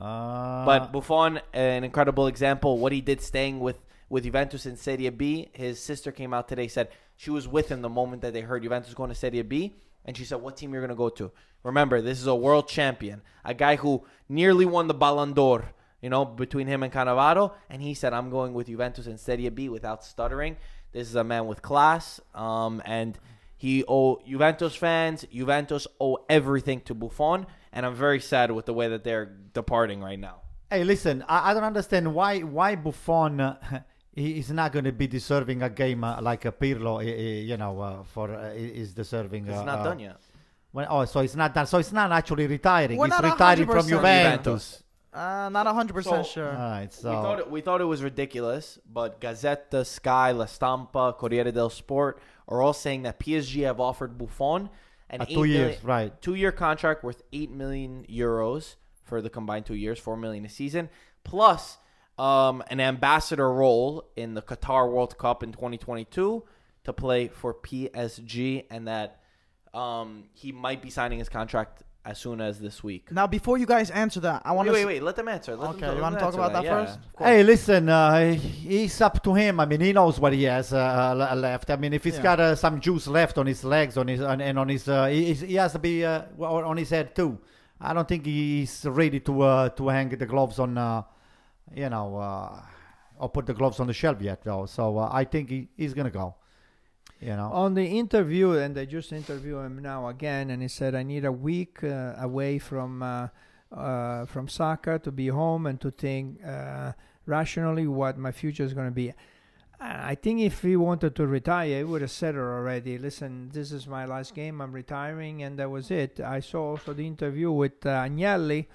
A: Uh,
D: But Buffon, an incredible example. What he did staying with with Juventus in Serie B. His sister came out today said she was with him the moment that they heard Juventus going to Serie B, and she said, "What team you're going to go to? Remember, this is a world champion, a guy who nearly won the Ballon d'Or. you know, between him and Cannavaro, and he said, "I'm going with Juventus in Serie B without stuttering." This is a man with class, um, and he owe Juventus fans. Juventus owe everything to Buffon, and I'm very sad with the way that they're departing right now.
A: Hey, listen, I, I don't understand why why Buffon uh, he is not going to be deserving a game uh, like a Pirlo, i- i- you know, uh, for uh, i- is deserving.
D: It's
A: uh,
D: not
A: uh,
D: done yet.
A: When, oh, so it's not done. So it's not actually retiring.
C: We're
A: it's
C: not
A: retiring from
C: 100%
A: Juventus.
C: Uh, not 100%
D: So-
C: sure.
A: All right, so
D: We thought it, we thought it was ridiculous, but Gazzetta, Sky, La Stampa, Corriere del Sport are all saying that PSG have offered Buffon an
A: Uh,
D: eight
A: two years,
D: million-
A: right.
D: two-year contract worth eight million euros for the combined two years, four million a season, plus um, an ambassador role in the Qatar World Cup in 2022 to play for PSG, and that um, he might be signing his contract as soon as this week.
C: Now, before you guys answer that, I want
D: Wait,
C: to.
D: wait, wait. Let them answer. Let them-
C: Okay,
D: let
C: you
D: them
C: wanna talk
D: answer
C: about that first?
D: of course.
A: Hey, listen, uh, it's up to him. I mean, he knows what he has uh, le- left. I mean, if he's
C: Yeah.
A: got uh, some juice left on his legs, on his on, and on his, uh, he, he has to be uh, well, on his head too. I don't think he's ready to uh, to hang the gloves on, uh, you know, uh, or put the gloves on the shelf yet, though. So uh, I think he, he's gonna go. You know,
E: on the interview, and they just interview him now again, and he said, "I need a week uh, away from uh, uh, from soccer to be home and to think uh, rationally what my future is going to be." I I think if he wanted to retire, he would have said it already. Listen, this is my last game. I'm retiring, and that was it. I saw also the interview with uh, Agnelli,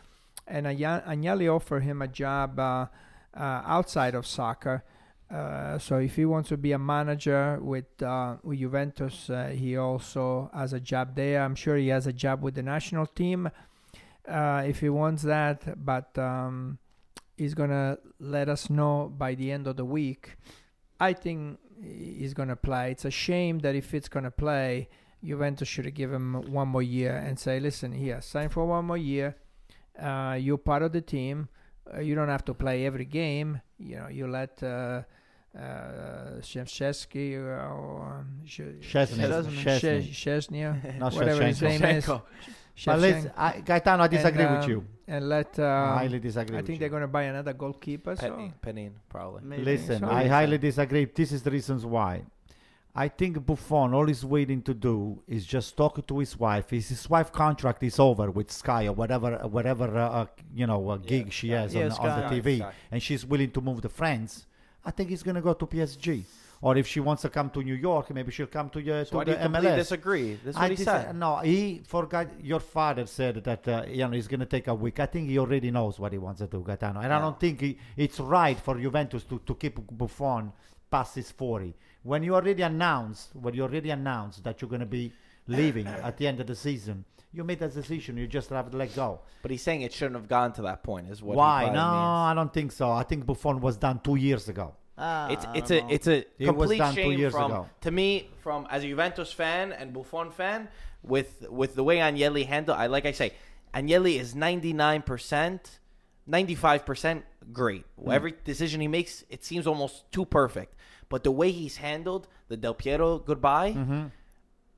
E: and Agna- Agnelli offered him a job uh, uh, outside of soccer. Uh, so if he wants to be a manager with uh, with Juventus, uh, he also has a job there. I'm sure he has a job with the national team uh, if he wants that. But um, he's gonna let us know by the end of the week. I think he's gonna play. It's a shame that if it's gonna play, Juventus should give him one more year and say, "Listen, here, sign for one more year. Uh, you're part of the team. Uh, you don't have to play every game. You know, you let." Uh, uh, Shevchesky or um, Sh-
A: Szczesny. Szczesny.
E: Sh-
A: *laughs*
E: Szczesny,
A: not
E: whatever his
A: Shevchenko.
E: name is.
A: But
E: Shevchenko
A: listen, I, Gaetano, I disagree
E: and,
A: with you.
E: um, And let.
A: I
E: Um,
A: highly disagree.
E: I
A: with
E: think
A: you.
E: they're going to buy another goalkeeper. So
D: Penin, Penin, probably.
C: Maybe.
A: Listen,
E: so.
A: I highly disagree. This is the reasons why. I think Buffon, all he's waiting to do is just talk to his wife. His, his wife contract is over with Sky or whatever, whatever uh, uh, you know uh, gig she has
C: Yeah,
A: on,
C: Sky.
A: on the TV,
D: Sky.
A: and she's willing to move to France. I think he's gonna go to PSG, or if she wants to come to New York, maybe she'll come to, uh,
D: So why
A: to
D: do
A: the
D: you completely
A: MLS.
D: disagree? This is what
A: I
D: he
A: dis-
D: said.
A: No, he forgot. Your father said that uh, you know he's going to take a week. I think he already knows what he wants to do, Gaetano, and I don't think he, it's right for Juventus to, to keep Buffon past his forty. When you already announced, when you already announced that you're going to be leaving at the end of the season, you made that decision. You just have to let go.
D: But he's saying it shouldn't have gone to that point. Is what? he
A: Why?
D: probably
A: No,
D: means.
A: I don't think so. I think Buffon was done two years ago.
C: Ah,
D: It's
C: I
D: it's
C: don't
D: a
C: know.
D: it's a
A: It was
D: complete
A: done two
D: shame
A: years
D: from
A: ago.
D: to me from as a Juventus fan and Buffon fan with with the way Agnelli handled. I like I say, Agnelli is ninety nine percent, ninety five percent great. Every decision he makes, it seems almost too perfect. But the way he's handled the Del Piero goodbye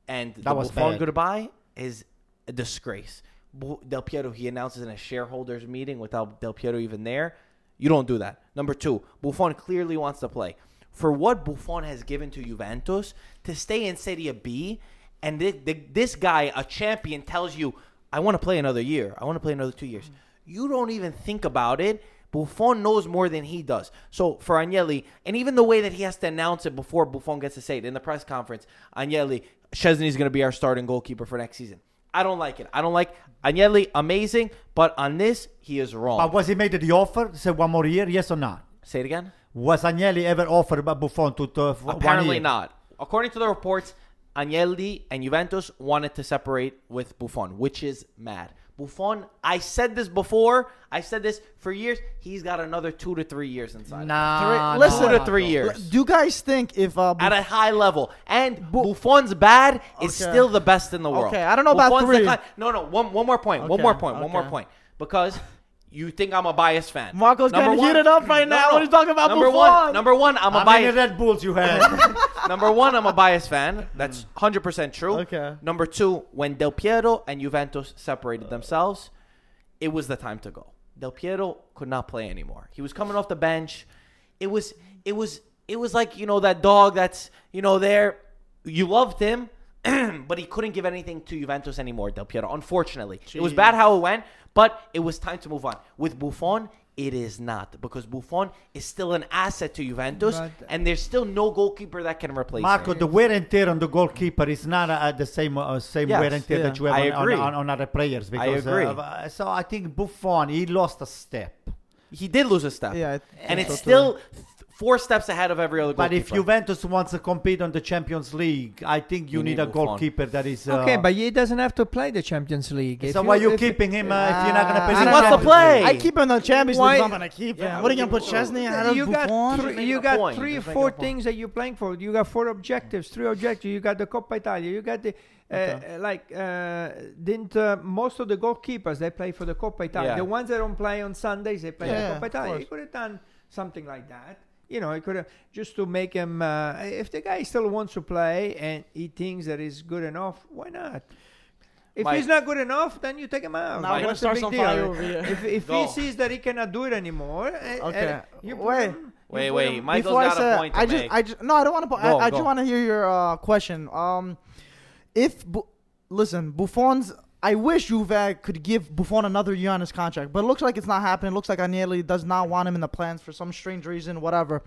D: and the
A: was
D: Buffon
A: bad.
D: goodbye is a disgrace. Bu- Del Piero he announces in a shareholders meeting without Del Piero even there. You don't do that. Number two, Buffon clearly wants to play. For what Buffon has given to Juventus to stay in Serie B, and thi- thi- this guy, a champion, tells you, "I want to play another year. I want to play another two years." You don't even think about it. Buffon knows more than he does. So for Agnelli, and even the way that he has to announce it before Buffon gets to say it in the press conference, Agnelli, Chesney's going to be our starting goalkeeper for next season. I don't like it. I don't like Agnelli, amazing, but on this, he is wrong.
A: But was he made the offer? Say one more year? Yes or not?
D: say it again?
A: Was Agnelli ever offered by Buffon to, to for one
D: Apparently
A: year?
D: not. According to the reports, Agnelli and Juventus wanted to separate with Buffon, which is mad. Buffon, I said this before. I said this for years. He's got another two to three years inside.
A: Nah,
C: Three-
A: nah,
C: listen-
D: two
A: nah.
D: to three
C: L-
D: years.
C: Do you guys think if uh,
D: at a high level. And Buffon's bad is
C: Okay.
D: still the best in the world.
C: Okay, I don't know about
D: Buffon's the
C: three.
D: kind- no, no, one, one more point. One
C: Okay,
D: more point. One more
C: okay.
D: point. Because you think I'm a biased fan.
C: Marco's getting heated up right now when he's talking about
D: number
C: Buffon.
D: One, number one, I'm a
A: How many
D: biased.
A: Red Bulls
D: *laughs*
A: you had?
D: number one, I'm a biased fan. That's 100% true.
C: Okay.
D: Number two, when Del Piero and Juventus separated themselves, it was the time to go. Del Piero could not play anymore. He was coming off the bench. It was it was it was like, you know, that dog that's, you know, there you loved him, *clears throat* but he couldn't give anything to Juventus anymore, Del Piero. Unfortunately. It was bad how it went, but it was time to move on. With Buffon, it is not because Buffon is still an asset to Juventus,
E: But-
D: and there's still no goalkeeper that can replace
A: Marco,
D: him.
A: the wear and tear on the goalkeeper is not uh, the same uh, same
D: Yes,
A: wear and tear
D: yeah.
A: that you have
D: I
A: on,
D: agree.
A: on, on, on other players.
D: I
A: Because,
D: agree.
A: Uh, uh, so I think Buffon he lost a step.
D: He did lose a step.
C: Yeah, I think
D: and it's
C: so too.
D: still th- four steps ahead of every other
A: But
D: goalkeeper.
A: if Juventus wants to compete on the Champions League, I think you,
D: You
A: need,
D: need
A: a
D: Buffon.
A: goalkeeper that is. Uh,
E: Okay, but he doesn't have to play the Champions League.
A: so
E: If
A: why
E: you- Ah,
A: you
E: if-
A: keeping him uh, if you're not going to play?
C: I
A: in the
C: don't
D: wants to
A: Champions
D: play.
A: League?
C: I keep him in the Champions
E: Why-
C: League. I'm gonna keep him. What are you gonna put Chesney out of
E: you got
C: Buffon?
E: three, you
D: making a
E: got
D: point.
E: three
D: He's
E: four things that you're playing for. You got four objectives, three objectives. You got the Coppa Italia. You got the uh, uh, like uh, didn't uh, most of the goalkeepers they play for the Coppa Italia.
D: Yeah.
E: The ones that don't play on Sundays they play
C: Yeah,
E: the Coppa
C: of
E: Italia. He
C: course.
E: could have done something like that. You know, he could have just to make him. Uh, if the guy still wants to play and he thinks that he's good enough, why not? If
D: Mike.
E: he's not good enough, then you take him out.
C: Now we're gonna
E: What's the
C: start
E: big
C: some
E: deal?
C: fire over here.
E: If, if
D: Go.
E: he sees that he cannot do it anymore, eh, eh,
C: Okay.
E: you put
C: Wait.
E: him-
D: wait,
E: you put
D: wait,
E: him-
D: Michael's
C: Before I
D: got
C: say
D: a
C: that,
D: point to
C: I just,
D: make.
C: I just, no, I don't want to.
D: Go,
C: I, I
D: go.
C: just want to hear your uh, question. Um, if Bu- listen, Buffon's. I wish Juve could give Buffon another year on his contract, but it looks like it's not happening. It looks like Agnelli does not want him in the plans for some strange reason, whatever.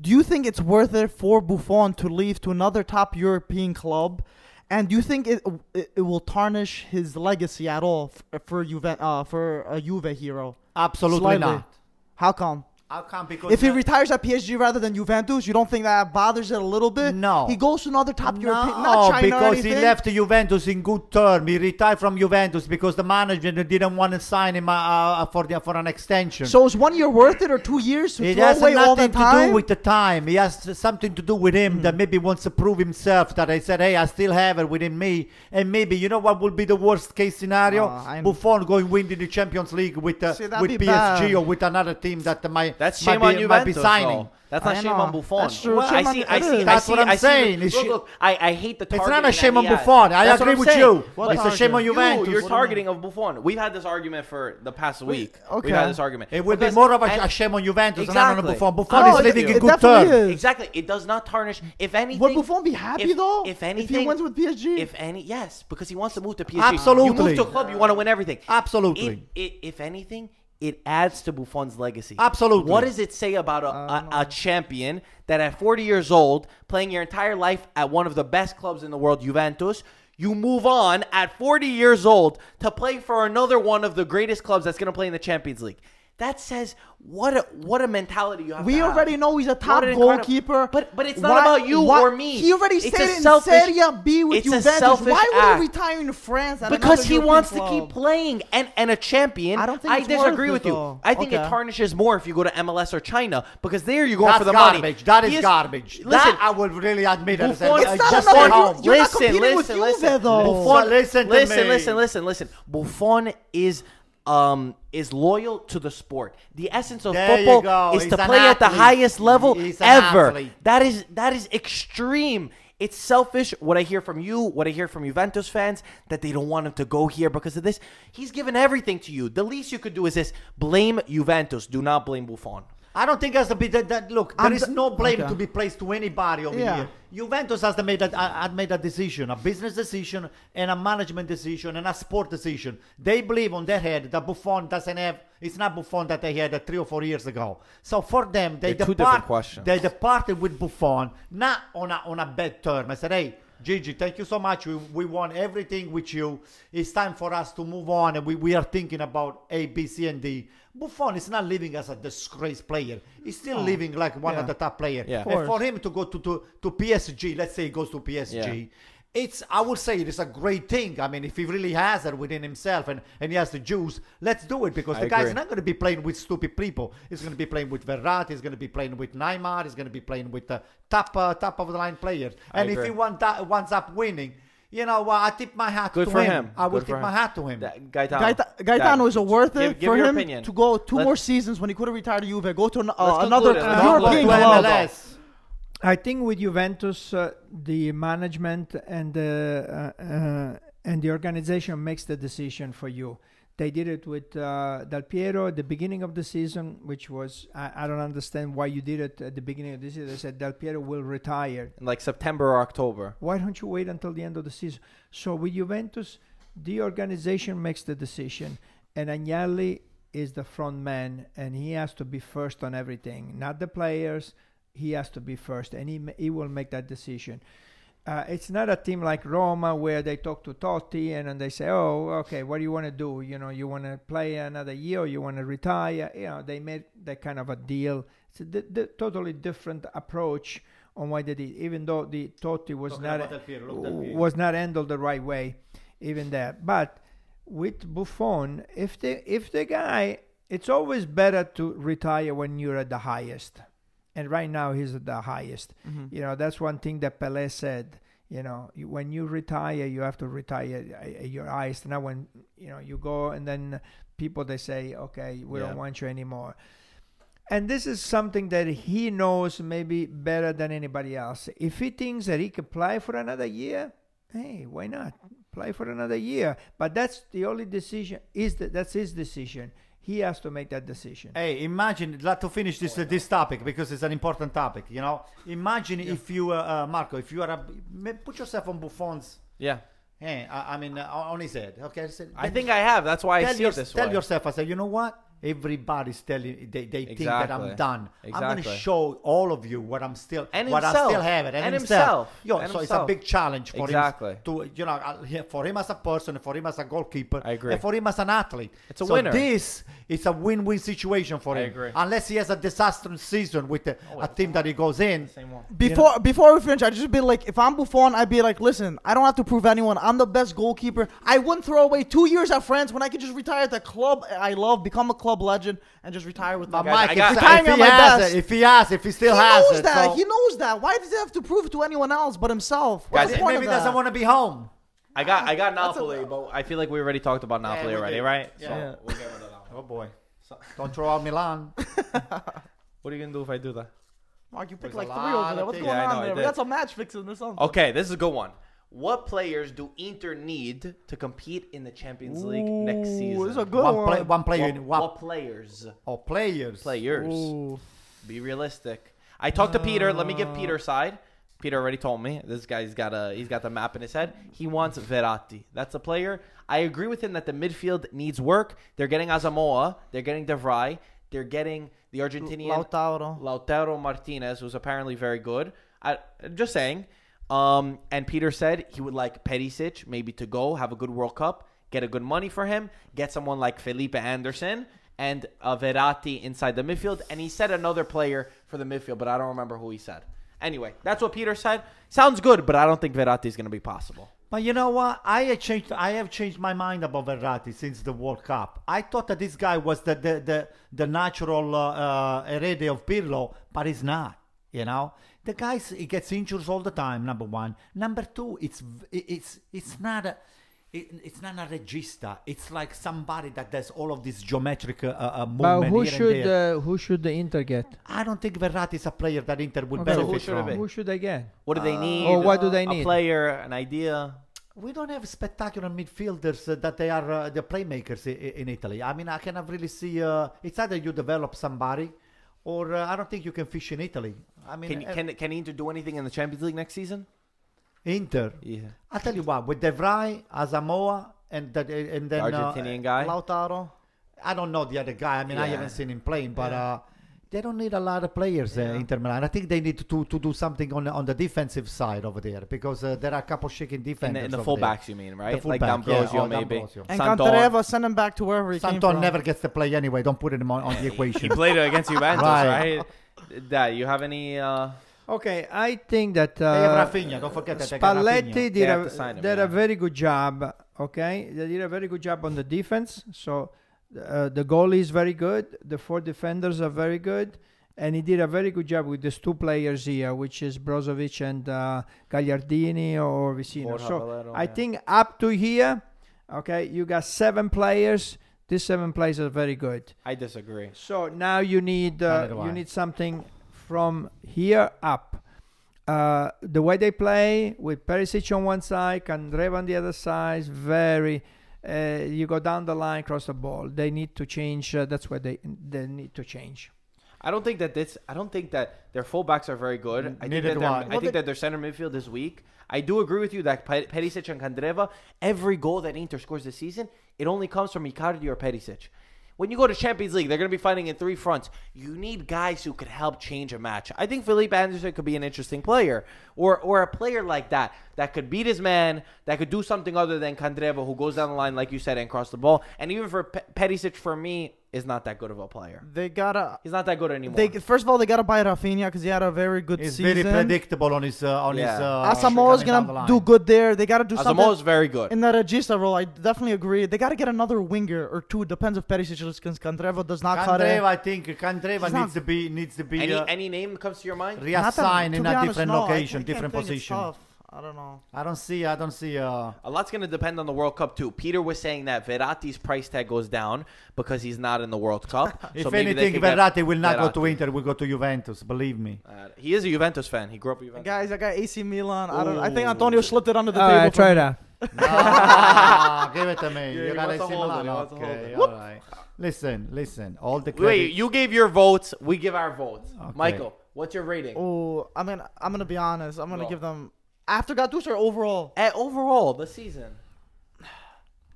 C: Do you think it's worth it for Buffon to leave to another top European club? And do you think it it, it will tarnish his legacy at all f- for Juve uh, for a Juve hero?
A: Absolutely
C: Slightly.
A: not.
C: How come?
A: How come? Because
C: If he
A: uh,
C: retires at PSG rather than Juventus, you don't think that bothers it a little bit?
A: No.
C: He goes to another top European,
A: No,
C: not China or
A: because he
C: anything.
A: left Juventus in good term. He retired from Juventus because the management didn't want to sign him uh, uh, for the, for an extension.
C: So is one year worth it or two years to
A: it
C: throw
A: has
C: away all
A: nothing
C: that
A: to
C: time? Hmm.
A: do with the time. It has something to do with him that maybe wants to prove himself. That I said, hey, I still have it within me. And maybe you know what would be the worst case scenario?
C: Ah, I-
A: Buffon going winning the Champions League with uh,
C: See, that'd
A: with PSG
C: be bad.
A: or with another team that might
D: That's
A: might
D: shame
A: be,
D: on Juventus.
A: might be
D: though.
A: signing.
D: That's not
C: I
D: shame
C: know.
D: on Buffon.
C: That's true.
D: I
C: Shame
D: see.
C: on-
D: I
C: it
D: see.
C: is.
A: That's
D: I see,
A: what I'm
D: I see
A: saying.
D: The,
A: It's
D: look,
A: sh-
D: look, I, I hate the.
A: not
D: targeting
A: a
D: that
A: shame on
D: he has.
A: Buffon. I
D: That's what
A: agree
D: I'm
A: with
D: saying.
A: you.
C: What
A: It's a
C: target?
A: shame on
D: You,
A: Juventus.
D: You're
A: What-
D: targeting of Buffon. We've had this argument for the past week.
C: okay.
D: We've had this argument.
A: It would be
D: Because-
A: more of a,
D: and-
A: a shame on Juventus than on
D: Exactly.
A: Buffon. Buffon
D: No,
A: is
D: it-
A: living in
D: it
A: good
C: definitely
A: terms.
C: is.
D: Exactly. It does not tarnish. If anything,
C: Would Buffon be happy
D: if-
C: though?
D: If anything,
C: if he wins with PSG,
D: If any, yes, because he wants to move to PSG.
A: Absolutely.
D: you move to a club, you want to win everything.
A: Absolutely.
D: It- it- if anything, it adds to Buffon's legacy.
A: Absolutely.
D: What does it say about a, a, a champion that at 40 years old, playing your entire life at one of the best clubs in the world, Juventus? You move on at 40 years old to play for another one of the greatest clubs that's going to play in the Champions League. That says what a what a mentality you have. to
C: we
D: have.
C: already know he's a top
D: What an incredible-
C: goalkeeper.
D: But but it's not
C: Why-
D: about you
C: why-
D: or me.
C: He already
D: It's
C: said
D: a
C: it
D: selfish-
C: in Serie B with
D: it's a
C: Juventus.
D: selfish
C: Why would
D: act.
C: he retire in France? At
D: Because he
C: another European
D: wants
C: club?
D: to keep playing and and a champion.
C: I don't think
D: I
C: it's
D: disagree
C: worth
D: with
C: it,
D: you.
C: though.
D: I think it
C: Okay.
D: tarnishes more if you go to MLS or China because there you go
A: That's
D: for the
A: garbage.
D: money.
A: That
D: He
A: is garbage. That I will really admit it.
D: Buffon-
A: Uh,
C: It's not
A: just
C: another
A: at
C: Euro-
A: home.
C: you're not competing with Juve, though.
D: Buffon,
A: So
D: listen,
A: listen
D: to listen,
A: to me.
D: listen, listen, listen. Buffon is um is loyal to the sport. The essence of
A: There you
D: football
A: go.
D: is
A: He's
D: to
A: an
D: play at the
A: athlete.
D: highest level
A: He's an
D: ever.
A: athlete.
D: That is that is extreme. It's selfish. What I hear from you, what I hear from Juventus fans, that they don't want him to go here because of this. He's given everything to you. The least you could do is this: blame Juventus. Do not blame Buffon.
A: I don't think has to be that. that look, there
C: I'm
A: is
C: d-
A: no blame
C: okay.
A: to be placed to anybody over
C: Yeah.
A: here. Juventus has to made that uh, had made a decision, a business decision, and a management decision, and a sport decision. They believe on their head that Buffon doesn't have. It's not Buffon that they had uh, three or four years ago. So for them, they
D: They're two
A: depart,
D: different questions.
A: They departed with Buffon not on a on a bad term. I said, hey. Gigi, thank you so much. We, we want everything with you. It's time for us to move on, and we, we are thinking about A, B, C, and D. Buffon is not living as a disgraced player. He's still living like one of the top players.
D: Yeah. Of
A: And for him to go to, to, to PSG, let's say he goes to PSG, it's I would say it is a great thing. I mean, if he really has it within himself and, and he has the juice, let's do it because
D: I
A: the guy's
D: agree.
A: not going to be playing with stupid people. He's going to be playing with Verratti. He's going to be playing with Neymar. He's going to be playing with the top uh, top of the line players. And if
D: agree.
A: he want that, wants up winning, you know, well, I tip my hat
D: Good
A: to
D: for
A: him.
D: him.
A: I will
D: Good
A: tip
D: for
A: my
D: him.
A: hat to him.
D: That, Gaetano.
C: Gaeta- Gaetano
D: That-
C: is a worth it
D: give- give
C: for
D: your
C: him
D: opinion.
C: to go 2
D: Let's-
C: more seasons when he could have retired to Juve, go to an, uh,
D: conclude
C: another
D: it.
C: uh,
D: Let's
A: Don't go
C: European
A: to
C: club.
A: MLS.
E: I think with Juventus, uh, the management and the uh, uh, and the organization makes the decision for you. They did it with uh, Del Piero at the beginning of the season, which was I, I don't understand why you did it at the beginning of the season. They said Del Piero will retire.
D: in like September or October.
E: Why don't you wait until the end of the season? So with Juventus, the organization makes the decision, and Agnelli is the front man, and he has to be first on everything, not the players. He has to be first, and he ma- he will make that decision. Uh, it's not a team like Roma where they talk to Totti and then they say, "Oh, okay, what do you want to do? You know, you want to play another year, or you want to retire." You know, they made that kind of a deal. It's a di- di- totally different approach on why they did. Even though the Totti was
A: Talking
E: not
A: about Del Piero, look, Del Piero.
E: was not handled the right way, even there. But with Buffon, if the if the guy, it's always better to retire when you're at the highest, and right now he's at the highest.
A: Mm-hmm.
E: You know that's one thing that Pelé said. You know, you- when you retire, you have to retire at at your highest. Now, when you know you go, and then people they say, okay, we
D: Yeah.
E: don't want you anymore. And this is something that he knows maybe better than anybody else. If he thinks that he can play for another year, hey, why not play for another year? But that's the only decision. Is that that's his decision? He has to make that decision.
A: Hey, imagine like, to finish this this topic because it's an important topic. You know, imagine if you, uh, uh, Marco, if you are a, ma- put yourself on Buffon's.
D: Yeah,
A: Hey, I, I mean, uh, on his head. Okay, said,
D: I think I have. That's why I
A: tell,
D: see
A: your-
D: it this
A: tell
D: way.
A: yourself, I said, you know what? Everybody's telling they, they think that I'm
D: Exactly.
A: done. I'm going to
D: Exactly.
A: show all of you what I'm still
D: And
A: what I
D: himself.
A: still have it and,
D: And himself.
A: Yo,
D: And
A: so it's a
D: himself.
A: big challenge for
D: Exactly.
A: him to you know uh, for him as a person, for him as a goalkeeper,
D: I agree.
A: and for him as an athlete.
D: It's a
A: so
D: winner.
A: This is a win-win situation for
D: I
A: him.
D: agree.
A: Unless he has a disastrous season with a, a team that he goes in.
D: Oh, Same one.
C: Before before we finish, I'd just be like, if I'm Buffon, I'd be like, listen, I don't have to prove anyone. I'm the best goalkeeper. I wouldn't throw away two years at France when I could just retire at the club I love, become a club legend, and just retire with my
A: But
D: Guys,
A: Mike,
D: I
A: if,
D: got-
A: if
C: Retiring
A: he
C: at my
A: has
C: best.
A: it, if he has, if he
C: He
A: still has
C: knows
A: it,
C: that.
A: so-
C: He knows that. Why does he have to prove to anyone else but himself? What's
D: Guys,
C: the
A: Guys,
C: point
A: maybe
C: of
A: he
C: that?
A: doesn't want to be home.
D: I got I got
C: That's a-
D: Napoli, but I feel like we already talked about Napoli
A: we
D: already,
A: did.
D: right?
A: Yeah.
D: So
A: Yeah.
D: we'll get rid of that one.
A: Oh boy. Don't throw out *laughs* Milan.
D: What are you gonna do if I do that?
C: Mark, you picked
A: There's
C: like
A: a
C: three
A: lot
C: over there.
A: of
C: What's
A: things.
C: going
D: Yeah, I know,
C: on
D: I
C: there?
D: did.
C: That's a match fixing or
A: Oh,
C: something.
D: Okay, this is a good one. What players do Inter need to compete in the Champions League next season?
C: Ooh, this is a good
A: One,
C: one.
A: play, one player,
D: What,
A: in one,
D: what players?
A: or players.
D: Players.
C: Ooh.
D: Be realistic. I talked to Peter. Let me give Peter a side. Peter already told me this guy's got a he's got the map in his head. He wants Verratti. That's a player. I agree with him that the midfield needs work. They're getting Azamoa. They're getting De Vrij. They're getting the Argentinian
C: Lautaro.
D: Lautaro Martinez, who's apparently very good. I just saying. Um, and Peter said he would like Perisic maybe to go have a good World Cup, get a good money for him, get someone like Felipe Anderson and uh, Verratti inside the midfield. And he said another player for the midfield, but I don't remember who he said. Anyway, that's what Peter said. Sounds good, but I don't think Verratti is going to be possible.
A: But you know what? I have changed. I have changed my mind about Verratti since the World Cup. I thought that this guy was the the the, the natural uh, uh, heredity of Pirlo, but he's not. You know, the guy he gets injuries all the time. Number one. Number two. It's v- it- it's it's not a. It, it's not a regista. It's like somebody that does all of this geometric uh, uh, movement.
E: but who
A: here and
E: should
A: there.
E: uh, who should the Inter get?
A: I don't think Verratti is a player that Inter would
E: Okay. So who
A: benefit
D: should it
A: from.
D: be?
E: Who should they get?
D: What do they need?
E: or Uh, oh, what do they need?
D: A player, an idea.
A: We don't have spectacular midfielders uh, that they are uh, the playmakers in, in Italy. I mean, I cannot really see. Uh, it's either you develop somebody, or uh, I don't think you can fish in Italy. I mean, uh,
D: Can
E: uh,
D: can can Inter do anything in the Champions League next season?
A: Inter.
D: Yeah.
A: I tell you what, with De Vrij, Asamoah, and that, and then uh,
D: Argentinian guy.
A: Lautaro. I don't know the other guy. I mean, I
D: Yeah.
A: haven't seen him playing, but. Uh, they don't need a lot of players, uh, Inter Milan. I think they need to, to do something on on the defensive side over there because uh, there are a couple shaking
D: In
A: defenders.
D: the, in the
A: over there.
D: fullbacks, you mean, right? like
A: fullback, yeah,
D: D'Ambrosio,
A: or
D: maybe.
A: D'Ambrosio.
C: And
D: Santoro.
C: Cantareva sent him back to wherever he came
A: Santon
C: from.
A: never gets to play anyway. Don't put him on, on the
D: He *laughs*
A: equation.
D: played against Juventus,
A: Right.
D: right? Dad, you have any? Uh,
E: Okay, I think that uh,
A: They have Rafinha. Don't forget that they got
E: Spalletti
A: Rafinha.
E: did
D: have to
E: a,
D: sign him,
E: did
D: yeah.
E: a very good job. Okay, they did a very good job on the defense. So uh, the goalie is very good. The four defenders are very good, and he did a very good job with these two players here, which is Brozovic and uh, Gagliardini or Vicino.
D: Borja
E: so
D: Valero,
E: I
D: yeah.
E: think up to here, okay, you got seven players. These seven players are very good.
D: I disagree.
E: So now you need uh,
A: Neither do I.
E: you need something from here up. Uh, the way they play with Perisic on one side, Kandreva on the other side is very Uh, you go down the line, cross the ball. They need to change. Uh, that's where they they need to change.
D: I don't think that this. I don't think that their fullbacks are very good. I
A: Neither
D: think that
A: do
D: their,
A: I.
D: I think that their center midfield is weak. I do agree with you that Pe- Perisic and Kandreva. Every goal that Inter scores this season, it only comes from Icardi or Perisic. When you go to Champions League, they're going to be fighting in three fronts. You need guys who could help change a match. I think Philippe Anderson could be an interesting player, or or a player like that that could beat his man, that could do something other than Kandreva, who goes down the line like you said and cross the ball. And even for Pe- Perisic, for me, is not that good of a player.
C: They gotta.
D: He's not that good anymore.
C: They first of all they gotta buy Rafinha because he had a very good
A: He's very
C: season.
A: predictable on his uh, on his.
D: Yeah.
A: Uh,
C: Asamoah is
A: coming down the
C: gonna
A: line.
C: do good there. They gotta do something.
D: Asamoah is very good.
C: in that Regista role, I definitely agree. They got to get another winger or two. Depends if Perisic is because Candreva does not cut
A: Candreva,
C: it.
A: I think Candreva
C: He's not-
A: needs to be needs to be
D: any
A: uh,
D: any name comes to your mind?
C: Not that-
A: reassigned
C: to
A: in
C: be
A: a
C: honest,
A: different
C: no, I-
A: location,
C: I can't
A: different
C: think it's
A: position.
C: tough. I don't know.
A: I don't see. I don't see. Uh,
D: A lot's going to depend on the World Cup too. Peter was saying that Verratti's price tag goes down because he's not in the World Cup.
A: *laughs* if
D: So maybe they
A: anything,
D: could get
A: Verratti will not go to
D: Verratti.
A: Inter. Will go to Juventus. Believe
C: *laughs*
A: me.
D: Uh, he is a Juventus fan. He grew up with Juventus.
C: Guys, I got AC Milan. I don't. I think
D: Ooh.
C: Antonio slipped it under the
E: All
C: table.
E: right,
C: for
E: try
C: me.
E: that.
A: Ah, give it to me.
D: he
A: you got
D: wants to
A: AC
D: hold it,
A: Milan.
D: he wants to hold
A: Okay,
D: it.
A: all right. Listen, listen. All the credit.
D: Wait, you gave your votes. We give our votes.
A: Okay.
D: Michael, what's your rating?
C: Oh, I mean, I'm gonna be honest. I'm gonna
D: Bro.
C: give them after Gattuso or overall.
D: At Uh, overall, the season,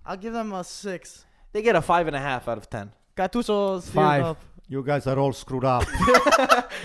C: I'll give them a six.
D: they get a five and a half out of ten.
C: Gattuso steered
E: Five.
C: up.
A: You guys are all
D: *laughs*
A: screwed up.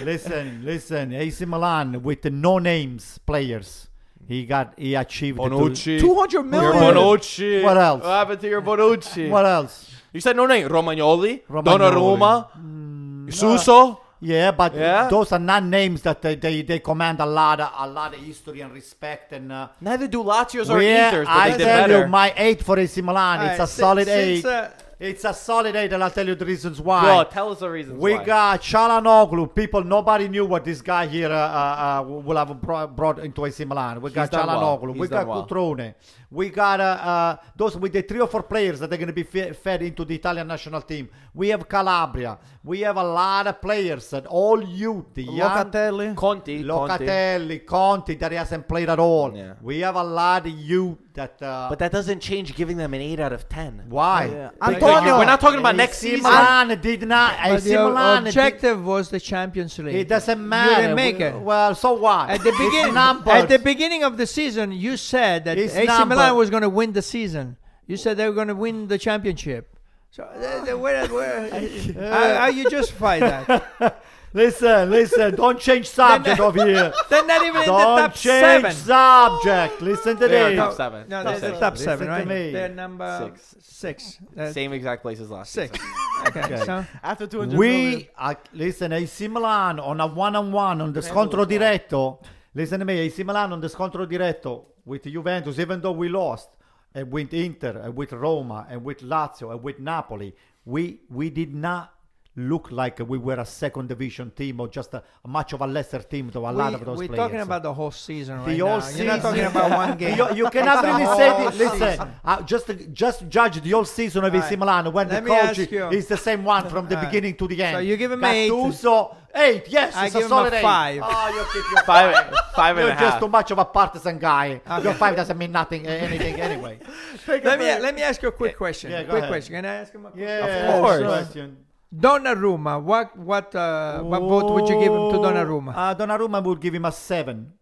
A: listen, listen. AC Milan with no names players. He got. He achieved. the two-
C: Two hundred million.
A: Bonucci.
D: Bonucci.
A: What else?
D: What happened to your Bonucci?
A: What else?
D: You said no name. Romagnoli,
A: Romagnoli. Mm,
D: Donnarumma, Suso.
A: Yeah, but
D: Yeah?
A: those are not names that they, they, they command a lot of, a lot of history and respect and. Uh,
D: Neither do Lazio's or
A: yeah,
D: Inter's, but
A: I
D: they
A: tell
D: did better.
A: you, my eight for AC Milan.
E: All
A: it's
E: right,
A: a
E: si-
A: solid eight.
E: since, uh,
A: it's a solid eight, and I'll tell you the reasons why.
D: Bro, tell us the reasons.
A: We
D: why.
A: got Chalanoglu. People, nobody knew what this guy here uh, uh, uh, will have bro- brought into AC Milan. We got
D: done well.
A: Chalanoglu.
D: He's
A: We got
D: done well.
A: Cutrone. We got uh, uh, those with the three or four players that are going to be fe- fed into the Italian national team. We have Calabria. We have a lot of players that all youth, the young
C: Locatelli.
D: Conti. Conti.
A: Locatelli, Conti, that he hasn't played at all.
D: Yeah.
A: We have a lot of youth that. Uh,
D: But that doesn't change giving them an eight out of ten.
A: why?
C: Yeah.
A: Because
C: Antonio.
D: We're not talking about next
A: AC
D: season.
A: Milan did not.
E: but
A: AC
E: the o-
A: Milan did
E: objective was the Champions League.
A: It doesn't matter.
E: didn't make
A: We-
E: it.
A: Well, so what?
E: At the
A: It's
E: beginning,
A: numbers.
E: at the beginning of the season, you said that
A: It's
E: AC
A: number.
E: Milan was going to win the season. You said they were going to win the championship. So uh, uh, where, where, uh,
A: *laughs*
E: how, how you justify that?
A: listen, listen. Don't
E: *laughs*
A: change subject over here.
E: They're not even *laughs* in the
A: Don't
E: top
A: change
E: seven.
A: subject. Listen to
D: They are top
A: this.
D: seven.
E: No,
D: Top
E: they're the
D: seven.
E: top
A: Listen
E: seven,
A: to
E: right?
A: me.
E: They're number six. Six. Uh,
D: Same exact place as last.
A: *laughs*
E: six.
D: season.
E: okay.
A: Okay.
E: So
C: After two hundred
A: We are, listen. AC Milan on a one-on-one on the scontro diretto. Listen to me. AC Milan on the scontro diretto with Juventus, even though we lost, and with Inter, and with Roma, and with Lazio, and with Napoli, we we did not. Look like we were a second division team or just a, much of a lesser team to a lot of those
E: we, are
A: players.
E: talking about the whole season right
A: The
E: now.
A: whole
E: You're not talking
A: season.
E: about one
A: *laughs*
E: game.
A: You, you cannot
E: It's the
A: really say
E: whole
A: this. Listen, uh, just just judge the whole season of
E: All
A: AC
E: right.
A: Milan when
E: Let
A: the
E: me
A: coach
E: ask you.
A: is the same one from the
E: All right.
A: beginning to the end.
E: you're giving me eight.
A: Gattuso, eight. Yes,
E: I
A: it's
E: give
A: a
E: him
A: solid
E: a
A: eight.
E: five.
A: Oh, you keep
D: *laughs*
A: your *laughs*
D: Five,
A: five.
D: five and
A: You're
D: a
A: just
D: half.
A: too much of a partisan guy. Your five doesn't mean nothing, uh, anything
E: *laughs*
A: anyway.
E: Let me let me ask you a quick question.
A: Yeah, go
E: quick
A: ahead.
E: question. Can I ask him a quick
A: Yeah,
D: course.
A: sure. Question.
E: Donnarumma, what what uh, what vote would you give him to
C: Oh,
E: Donnarumma?
A: Uh, Donnarumma would give him a seven.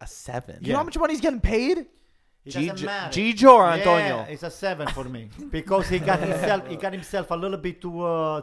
D: A seven.
C: You know uh, how much money he's getting paid?
A: It
D: Gigi-
A: doesn't matter.
D: Gigi or Antonio?
A: Yeah, it's a seven for me *laughs* because he got himself he got himself a little bit too uh,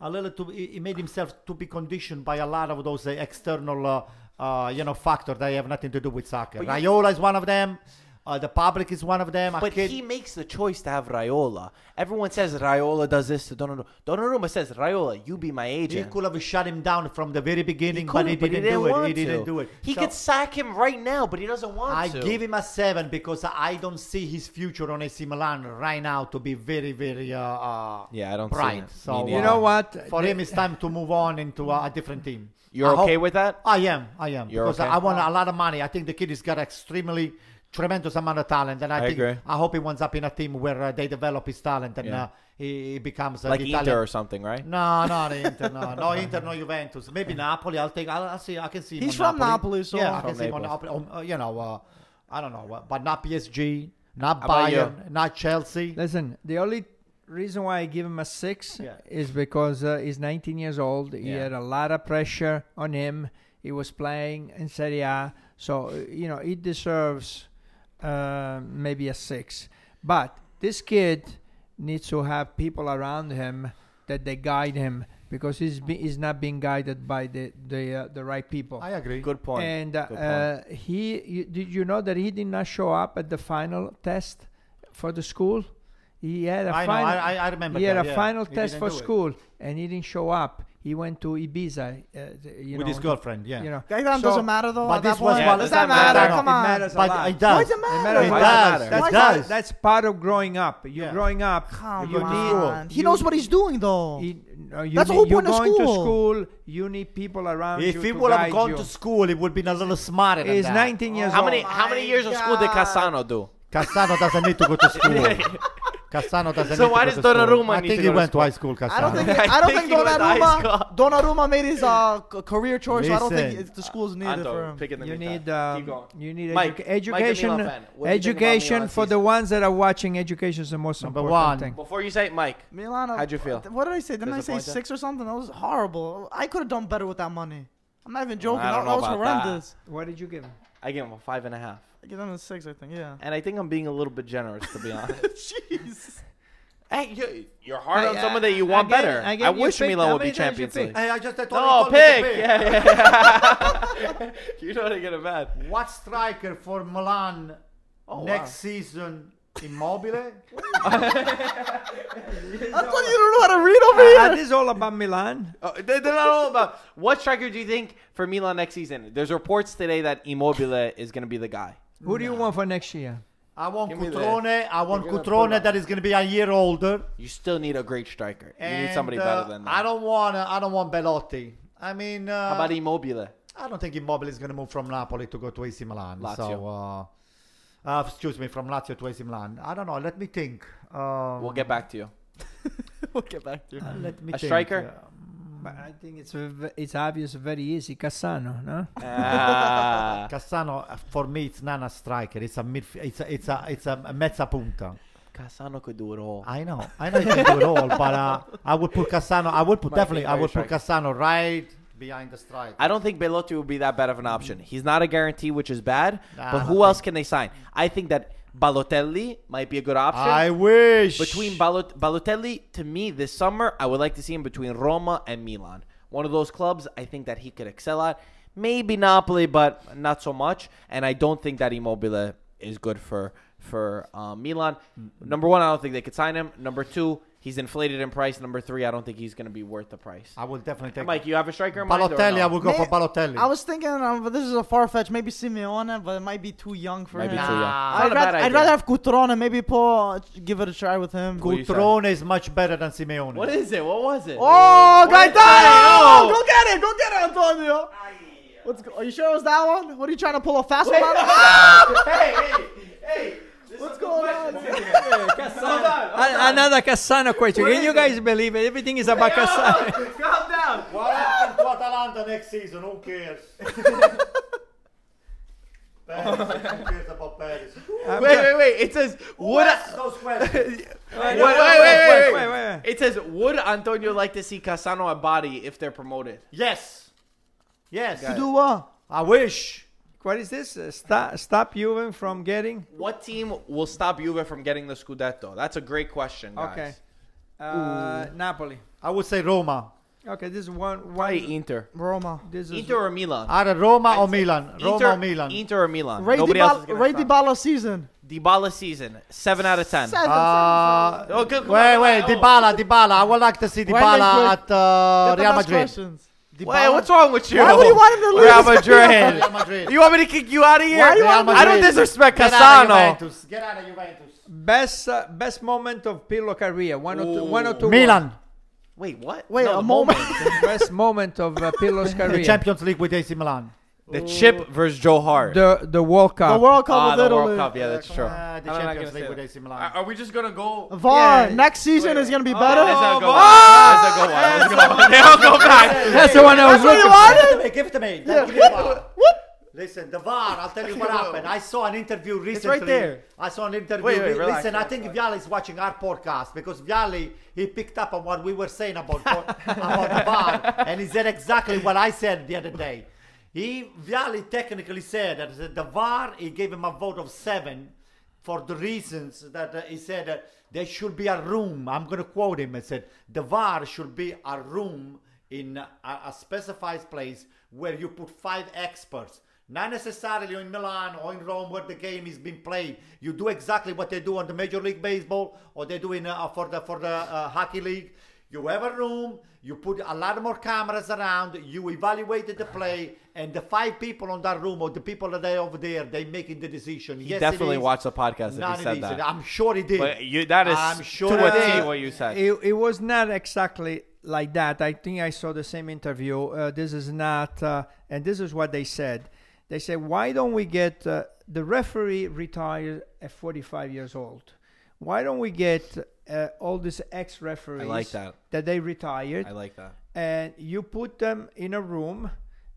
A: a little too he he made himself to be conditioned by a lot of those uh, external uh, uh, you know factor that have nothing to do with soccer.
D: But you-
A: Raiola is one of them. Uh, the public is one of them. A
D: But
A: kid-
D: he makes the choice to have Raiola. Everyone says Raiola does this to Donnarumma. Donnarumma says Raiola, you be my
A: he
D: agent.
A: could have shut him down from the very beginning, but
D: couldn't,
A: he didn't, do it.
D: want
A: He didn't
D: to.
A: do it.
D: He
A: So
D: could sack him right now, but he doesn't want
A: I
D: to.
A: give him a seven because I don't see his future on AC Milan right now to be very, very uh, uh,
D: Yeah, I don't see
A: bright.
D: it.
A: So
D: Me
A: uh,
D: neither.
E: you know what?
A: for him it's time to move on into a, a different team
D: You're
A: I
D: okay
A: hope-
D: with that?
A: i am i am
D: You're
A: because
D: okay?
A: i want a lot of money i think the kid has got extremely tremendous amount of talent and i,
D: I
A: think
D: agree.
A: i hope he winds up in a team where uh, they develop his talent and
D: Yeah.
A: uh, he, he becomes uh,
D: Like
A: the
D: Inter or
A: Italian.
D: something, right?
A: no,
D: *laughs*
A: no, no, Inter, no, no, Inter, no, Juventus. Maybe Napoli. I'll take. I'll, I'll see. I can see. him
C: He's
A: on
C: from
A: Napoli,
C: Napoli, so-
A: yeah, I
D: From
A: can see him on
D: Naples.
A: Napoli. Um, uh, you know, uh, I don't know, uh, but not PSG. not
D: How about you?
A: Bayern, not Chelsea.
E: Listen, the only reason why I give him a six
D: Yeah.
E: is because uh, he's 19 years old. He
D: Yeah.
E: had a lot of pressure on him. He was playing in Serie A, so uh, you know he deserves uh, maybe a six. But this kid needs to have people around him that they guide him because he's be- he's not being guided by the the uh, the right people.
A: I agree.
D: Good point.
E: And uh,
D: Good
E: uh, he, you, did you know that he did not show up at the final test for the school? He had a
A: I know.
E: final.
A: I, I- I remember.
E: he had
A: that,
E: a
A: yeah.
E: final
A: He
E: test
A: didn't
E: for
A: do it.
E: school, and he didn't show up. He went to Ibiza. Uh, th- you
A: with
E: know,
A: his girlfriend. Yeah.
E: You know,
C: Gaetan
E: So-
C: doesn't matter though.
A: but
C: at
A: this
C: that
A: was
C: point.
D: Yeah, one-
C: does
D: does
C: that
D: that
C: matter?
D: matter?
C: Come
E: It
C: on.
E: matters a
A: But
E: lot.
A: it does.
C: Why does it matter?
E: matters
A: It
E: a lot.
A: does. It
E: That's,
A: does.
E: Part, that's part of growing up. You're
A: Yeah.
E: growing up.
C: Come
E: you
C: on.
E: Need,
C: He knows what he's doing though.
E: He, no, you
C: That's the
E: need-
C: whole
E: you're
C: point of
E: going
C: school.
E: to school. You need people around you
A: If he
E: to
A: would have
E: guide
A: gone
E: you.
A: to school, he would have been a little smarter. than
E: He's
A: that.
E: 19 years
D: how
E: old.
D: many how many
C: my
D: years of school did
C: God.
D: Cassano do?
A: Cassano doesn't need to go
D: *laughs*
A: to school. Cassano doesn't.
D: So
A: need
D: why
A: to
D: does
A: go to school.
D: Donnarumma
A: I
D: need to
A: think he
D: go to
A: went to
D: school?
A: high school. Cassano.
C: I don't think
D: I
C: I don't
D: think
C: *laughs* think
D: he was high
C: Donnarumma Donnarumma made his uh, c- career choice. so I don't think
A: Listen.
C: it's, the school's needed for
D: Anto,
C: him.
D: pick in the
E: you
D: meantime.
E: need um,
D: Keep going.
E: you need
D: Mike,
E: edu-
D: Mike's a
E: education
D: Milan fan. What do you think about
E: education
D: Milan
E: for the
D: season?
E: ones that are watching education is the most
A: Number
E: important
A: one.
E: thing
D: Before you say it, Mike,
C: Milan. uh,
D: How'd you feel?
C: What did I say? Didn't I say
D: Disappointed?
C: six or something? That was horrible. I could have done better with that money. I'm not even joking.
D: I don't
C: That, that
D: know
C: was
D: about that.
C: horrendous.
E: what did you give *laughs* him
D: I give him a five and a half.
C: I give him a six, I think. Yeah.
D: And I think I'm being a little bit generous, *laughs* to be honest.
C: Jeez.
D: hey, you, you're hard
E: I-
D: on
E: I-
D: someone that you want
E: I gave-
D: better.
E: I
D: I,
E: gave you
D: wish
E: pick-
D: Milan
E: how
D: would be
E: many times you
D: Champions League.
E: pick?
A: Hey, I just I told
D: No,
A: you, I
D: pick.
A: told you to
D: Yeah, *laughs* yeah, yeah. You're not gonna mad.
A: What striker for Milan
D: Oh, wow.
A: next season? Immobile.
C: I thought you don't know how to read over here.
E: that Uh, is all about Milan
D: Oh, they- they're not all about. What striker do you think for Milan next season? There's reports today that Immobile is gonna be the guy.
E: who do you want for next year
A: I want
D: Give me the-
A: Cutrone. I want
D: You're gonna pull
A: Cutrone
D: up.
A: that is going to be a year older.
D: You still need a great striker. You
A: And,
D: need somebody
A: uh,
D: better than that.
A: I don't want. I don't want Belotti. I mean, uh,
D: How about Immobile?
A: I don't think Immobile is going to move from Napoli to go to AC Milan.
D: Lazio.
A: So, uh, uh, excuse me, from Lazio to AC Milan. I don't know. Let me think. Um,
D: We'll get back to you.
C: we'll get back to you.
A: Uh, Let me
D: A
A: think.
D: striker?
E: uh, but I think it's a v- it's obvious very easy Cassano no
A: Uh,
D: *laughs* Ah.
A: Cassano uh, for me it's not a striker. It's a midf- It's a it's a it's a mezza punta.
D: Cassano could do it all.
A: I know. I know you can do it all, *laughs* but uh, I would put Cassano. I would put
D: Might be
A: definitely. I
D: very
A: would put Cassano right behind the striker.
D: I don't think Belotti would be that bad of an option. He's not a guarantee, which is bad.
A: Nah, I
D: but
A: don't
D: who
A: think-
D: else can they sign? I think that Balotelli might be a good option.
A: I wish
D: between Balot- Balotelli, to me, this summer, I would like to see him between Roma and Milan. One of those clubs I think that he could excel at. Maybe Napoli, but not so much. And I don't think that Immobile is good for for uh, Milan. Number one, I don't think they could sign him. Number two, he's inflated in price. Number three, I don't think he's going to be worth the price.
A: I will definitely take
D: Mike, you have a striker in mind or
A: Balotelli.
D: no?
A: I will go
C: May-
A: for Balotelli.
C: I was thinking, um, but this is a far fetch. Maybe Simeone, but it might be too young for
D: Might be
C: him.
D: too young.
A: Nah.
D: Not
C: I'd,
D: a bad
C: rather, I'd
D: idea.
C: rather have Cutrone. Maybe Paul give it a try with him.
D: Who you
A: Cutrone is much better than Simeone.
D: What is it? What was it?
C: Oh,
D: What is
C: Gaetano!
D: that?
C: Go get it! Go get it, Antonio! What's go- Are you sure it was that one? What are you trying to pull a fast one out of?
B: *laughs* hey, hey, hey. This
C: What's
B: is
C: going on?
B: professional. Hold on. hold on.
E: another Cassano question can you guys believe it? everything is
D: *laughs*
E: about Cassano
B: Calm down.
A: What happened to Atalanta next season? Who cares? Paris, who cares about Paris?
D: Wait, wait, wait. It says, would I-
A: those questions?
D: wait,
E: no,
D: wait,
E: no,
D: wait, wait,
E: wait, wait,
D: wait. It says, would Antonio like to see Cassano at body if they're promoted?
A: Yes. Yes.
C: Do what?
A: I wish.
E: what is this Uh, stop stop Juven from getting
D: What team will stop Juve from getting the Scudetto? That's a great question, guys.
E: okay uh, Napoli
A: I would say Roma.
E: okay this is one
D: Why
E: one
D: Inter?
C: Roma.
E: this is
D: Inter or Milan?
A: Either Roma or
D: I'd say
A: Milan. Roma
D: Inter,
A: or Milan.
D: Inter or Milan?
C: Ray
D: Nobody else is
C: Dybala,
D: gonna
C: Ray
D: stop.
C: Dybala season.
D: Dybala season. 7 out of 10.
C: Seven,
A: Uh,
D: Oh, good-
A: wait, wait,
D: oh.
A: Dybala, Dybala. I would like to see
C: Why
A: Dybala
C: they
A: at uh,
C: seven. Get the
A: Real
C: best
A: Madrid.
C: questions.
D: Wait, what's wrong with you?
C: Why would you want him to lose?
D: Real Madrid.
A: Real Madrid.
D: you want me to kick you out of here?
C: Why do you
A: Real
C: want-
A: Madrid.
D: I don't disrespect
A: Get out of
D: Cassano.
A: Juventus. Get out of Juventus.
E: Best uh, best moment of Pirlo career. One or two.
D: Ooh.
E: One or two.
A: Milan.
D: Wait, what?
C: Wait,
D: No, the
C: a moment.
E: The best moment of uh,
C: *laughs*
E: Pirlo's
A: The
E: career.
A: Champions League with AC Milan.
D: *laughs* The chip versus Joe Hart.
E: the the World Cup.
C: The World Cup
D: Ah,
C: with
D: the World
C: Italy.
D: Cup. Yeah, that's true.
A: Uh, the
D: I'm not
A: Champions
D: gonna
A: League
D: say
A: with
D: that.
A: AC Milan.
D: are we just gonna go?
C: VAR,
E: Yeah.
C: next season is going to be
D: That
C: better.
D: is a good one.
E: Oh,
D: That's a good one. Let's go. Now go back.
E: That's the one I was
C: That's what you
E: looking
C: wanted?
A: Give it to me. Give it to me.
C: Whoop.
A: Listen, the VAR, I'll tell you
D: *laughs*
A: what happened. I saw an interview recently.
E: there.
A: I saw an interview.
D: Wait, wait,
A: Li-
D: relax,
A: Listen, I
D: relax,
A: think Viali is watching our podcast because Viali, he picked up on what we were saying about,
D: *laughs*
A: about the VAR and he said exactly what I said the other day. He, Viali technically said that the VAR, he gave him a vote of seven for the reasons that uh, he said that there should be a room. I'm going to quote him and said, the VAR should be a room in a, a specified place where you put five experts. Not necessarily in Milan or in Rome where the game is being played. You do exactly what they do on the Major League Baseball or they do in uh, for the for the uh, hockey league. You have a room. You put a lot more cameras around. You evaluated the play, and the five people on that room or the people that are over there, they making the decision.
D: He
A: yes, it
D: definitely
A: is.
D: watched the podcast if
A: Not it
D: he said
A: is.
D: that.
A: I'm sure he did.
D: But you, that is
A: I'm sure
D: to
A: he
D: a
A: did.
D: T what you said.
E: It, it was not exactly like that. I think I saw the same interview. Uh, this is not, uh, and this is what they said. They said, why don't we get uh, the referee retired at 45 years old? Why don't we get uh, all these ex referees
D: that.
E: they retired
D: I like that.
E: and you put them in a room?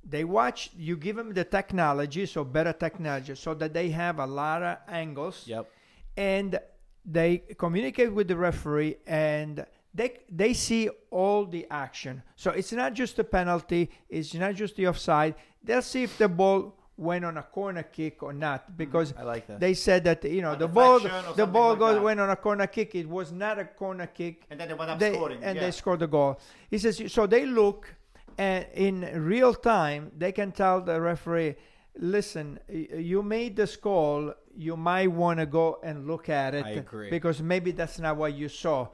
E: They watch, you give them the technology, so better technology, so that they have a lot of angles
D: Yep.
E: and they communicate with the referee and they they see all the action so it's not just the penalty it's not just the offside they'll see if the ball went on a corner kick or
A: Mm-hmm.
E: not because
D: I like that.
E: they said that you know
A: A
E: the ball
A: deflection or
E: the
A: something
E: ball
A: like
E: goes
A: that.
E: went on a corner kick it was not a corner kick
A: And then they went up
E: they-
A: scoring.
E: and
A: yeah.
E: they scored the goal. He says so they look and in real time they can tell the referee, listen, y- you made this call, you might want to go and look at it
D: I agree.
E: because maybe that's not what you saw,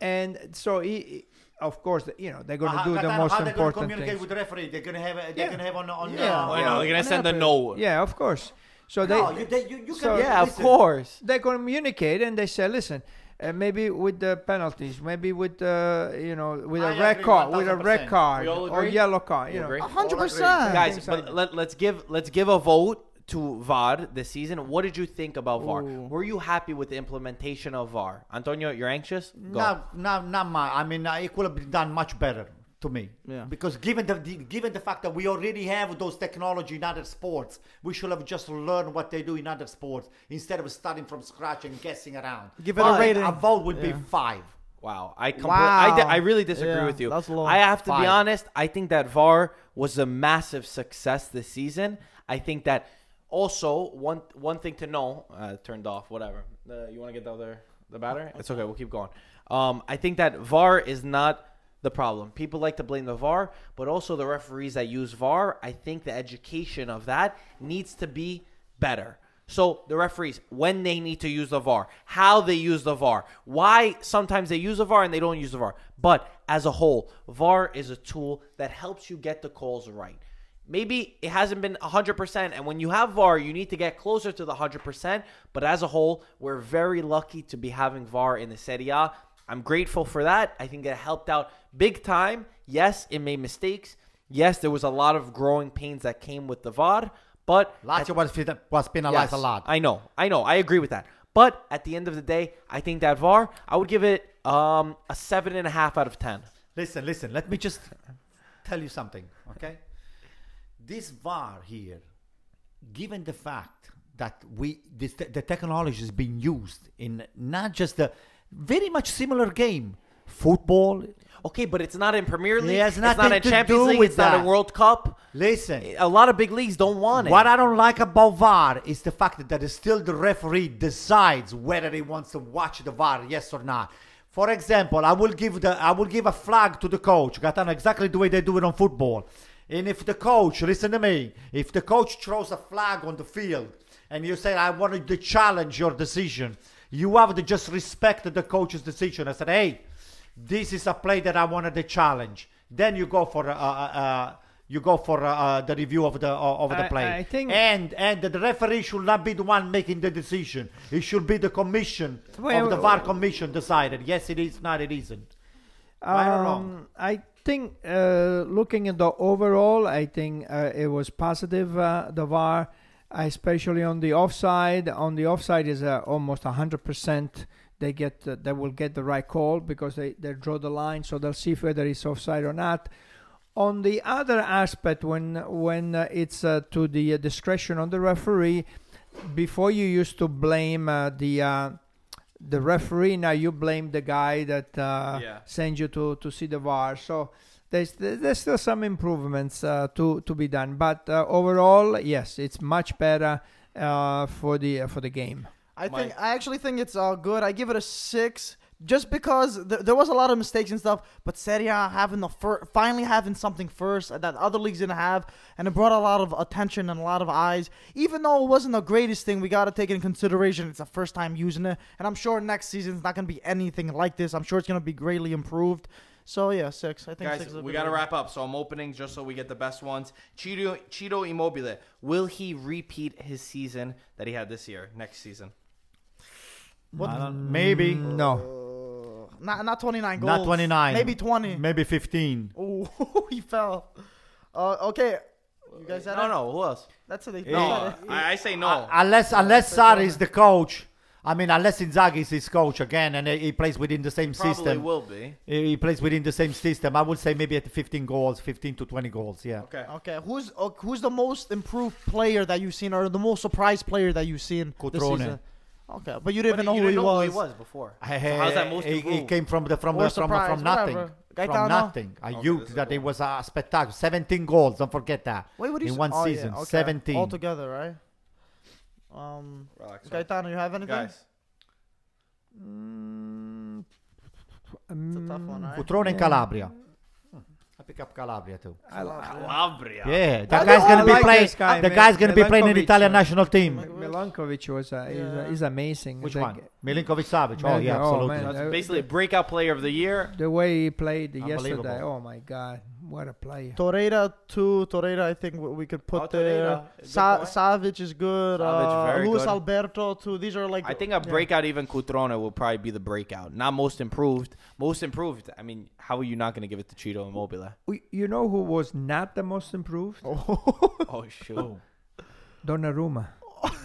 E: and so he. he- of course, you know they're
A: But
E: going to
A: how-
E: do the
A: Qatar,
E: most
A: how they gonna
E: important
A: communicate
E: things.
A: with the referee? They're gonna have. They're
E: Yeah.
A: gonna have on on. uh,
E: Yeah.
A: on-
E: Well, you know,
D: they're
E: what
D: Oh, gonna send a
E: happened?
D: no.
E: Yeah, of course. So they,
A: no, you, they, you, you
E: so-
A: can.
D: Yeah, of
A: listen.
D: course.
E: they communicate and they say, listen, uh, maybe with the penalties, maybe with uh, you know with
A: I
E: a
A: agree
E: red card, with a
A: 1000%.
E: red card
D: We all
E: or
D: agree?
E: yellow card.
D: We
E: You know,
D: agree?
C: A hundred
A: All agree.
C: percent.
D: Guys,
E: Same
D: but
E: side.
D: let, let's give let's give a vote to VAR this season. What did you think about VAR?
E: Ooh.
D: Were you happy with the implementation of VAR? Antonio, you're anxious? Go.
A: No, no, not my. I mean, uh, it could have been done much better to me.
C: Yeah.
A: Because given the, the given the fact that we already have those technology in other sports, we should have just learned what they do in other sports instead of starting from scratch and guessing around.
C: Give it a
A: But
C: rating.
A: A vote would be
C: Yeah.
A: five.
D: Wow, I compl- I, di-
C: Wow.
D: I really disagree
C: Yeah,
D: with you.
C: that's low.
D: I have to be
A: Five.
D: honest. I think that VAR was a massive success this season. I think that also one one thing to know uh, turned off. Whatever. Uh, you want to get the other the battery? It's okay. We'll keep going. Um, I think that VAR is not the problem. People like to blame the VAR, but also the referees that use VAR. I think the education of that needs to be better. So the referees, when they need to use the VAR, how they use the VAR, why sometimes they use the VAR and they don't use the VAR. But as a whole, VAR is a tool that helps you get the calls right. Maybe it hasn't been 100%, and when you have VAR, you need to get closer to the 100%. But as a whole, we're very lucky to be having VAR in the Serie A. I'm grateful for that. I think it helped out big time. Yes, it made mistakes. Yes, there was a lot of growing pains that came with the VAR, but
A: Lazio was, fit- was penalized a
D: Yes,
A: lot.
D: I know, I know, I agree with that. But at the end of the day, I think that VAR, I would give it um, a seven and a half out of ten.
A: Listen, listen, let me just tell you something, okay? This VAR here, given the fact that we this, the technology is being used in not just the very much similar game, football.
D: Okay, but it's not in Premier League.
A: It has
D: it's not
A: nothing
D: in
A: to
D: Champions
A: do
D: League.
A: with
D: It's not in
A: that.
D: World Cup.
A: Listen,
D: A lot of big leagues don't want it.
A: what I don't like about VAR is the fact that it's still the referee decides whether he wants to watch the VAR, yes or not. For example, I will give the I will give a flag to the coach, Gaetano, exactly the way they do it on football. And if the coach, listen to me, if the coach throws a flag on the field and you say, I wanted to challenge your decision, you have to just respect the coach's decision. I said, hey, this is a play that I wanted to challenge. Then you go for uh, uh, uh, you go for uh, uh, the review of the of the
E: I-
A: play.
E: I think-
A: and and the referee should not be the one making the decision. It should be the commission
E: Well-
A: of the VAR commission decided. Yes, it is. Not it isn't. Right or wrong?
E: Um, I think uh, looking at the overall, I think uh, it was positive. Uh, the VAR, especially on the offside. On the offside is uh, almost hundred percent. They get the, they will get the right call because they, they draw the line, so they'll see whether it's offside or not. On the other aspect, when when uh, it's uh, to the uh, discretion of the referee, before you used to blame uh, the uh, the referee, now you blame the guy that uh,
D: Yeah.
E: sends you to, to see the VAR. So there's there's still some improvements uh, to to be done, but uh, overall, yes, it's much better uh, for the for the game.
C: I
D: Mike.
C: think I actually think it's all good. I give it a six just because th- there was a lot of mistakes and stuff. But Serie A having the fir- finally having something first that other leagues didn't have, and it brought a lot of attention and a lot of eyes. Even though it wasn't the greatest thing, we got to take it in consideration. It's the first time using it, and I'm sure next season's not gonna be anything like this. I'm sure it's gonna be greatly improved. So yeah, six. I think
D: Guys,
C: six is a
D: we
C: good
D: got to
C: rating.
D: wrap up. So I'm opening just so we get the best ones. Cheeto, Cheeto Immobile, will he repeat his season that he had this year, next season?
A: I
D: Mm,
A: don't- maybe
E: No,
C: Uh, not not 29 goals.
A: not 29.
C: Maybe 20.
A: Maybe 15.
C: Oh, *laughs* he fell. Uh, okay. You guys had
D: No,
C: it?
D: no. Who else?
C: That's it.
D: No, I, I say no.
A: Unless unless Sarri is the coach. I mean, unless Inzaghi is his coach again and he he plays within the same
D: Probably
A: system.
D: will be.
A: He he plays within the same system. I would say maybe at 15 goals, 15 to 20 goals. Yeah.
D: Okay.
C: Okay, who's uh, who's the most improved player that you've seen, or the most surprised player that you've seen this
A: Cotrone.
C: season? Okay, but you didn't even
D: But
C: know,
D: you
C: who,
D: didn't
C: he
D: know who
C: was.
D: he was before.
A: Hey,
D: So how's that most
A: he, he
D: improved?
A: came from the from
C: Or
A: the- from,
C: surprise,
A: from nothing.
C: whatever. Gaetano.
A: From nothing. I
D: Okay, this
A: used
D: is
A: that
D: good
A: it
D: one.
A: was a spectacle. 17 goals. Don't forget that.
C: Wait, what do you
A: In
C: say-
A: one
C: oh, yeah,
A: season,
C: okay.
A: 17.
C: altogether, right? Um,
D: Relax.
C: Gaetano, you have anything?
D: Guys,
E: Mm.
C: It's a tough one, right?
A: Cutrone and Calabria.
D: Hmm.
A: I pick up Calabria too.
E: I,
D: Calabria.
A: Yeah,
E: I
A: that guy's
E: do- I
A: gonna be
E: like
A: playing.
E: this guy,
A: the
E: Mil-
A: guy's gonna be playing in the
E: Milankovic.
A: Italian national team.
E: Milankovic was uh, is,
C: Yeah.
E: uh, is amazing.
A: Which
E: The
A: one?
E: g-
A: Milinkovic Savic. Oh yeah,
E: Milinkovic, oh,
A: absolutely.
E: man.
D: That's basically breakout player of the year.
E: The way he played yesterday.
A: Unbelievable.
E: Oh my God, what a player!
C: Torreira too. Torreira, I think we, we could put
D: Oh,
C: there.
D: Torreira, good
C: Sa-
D: point.
C: Savic is good.
D: Savic,
C: uh,
D: very
C: Luis
D: good.
C: Alberto too. These are like
D: I think a breakout, even Cutrone, will probably be the breakout. Not most improved. Most improved. I mean, how are you not going to give it to Cheeto Immobile?
E: We- You know who was not the most improved?
D: *laughs* Oh *laughs* shoot.
A: Oh,
E: Donnarumma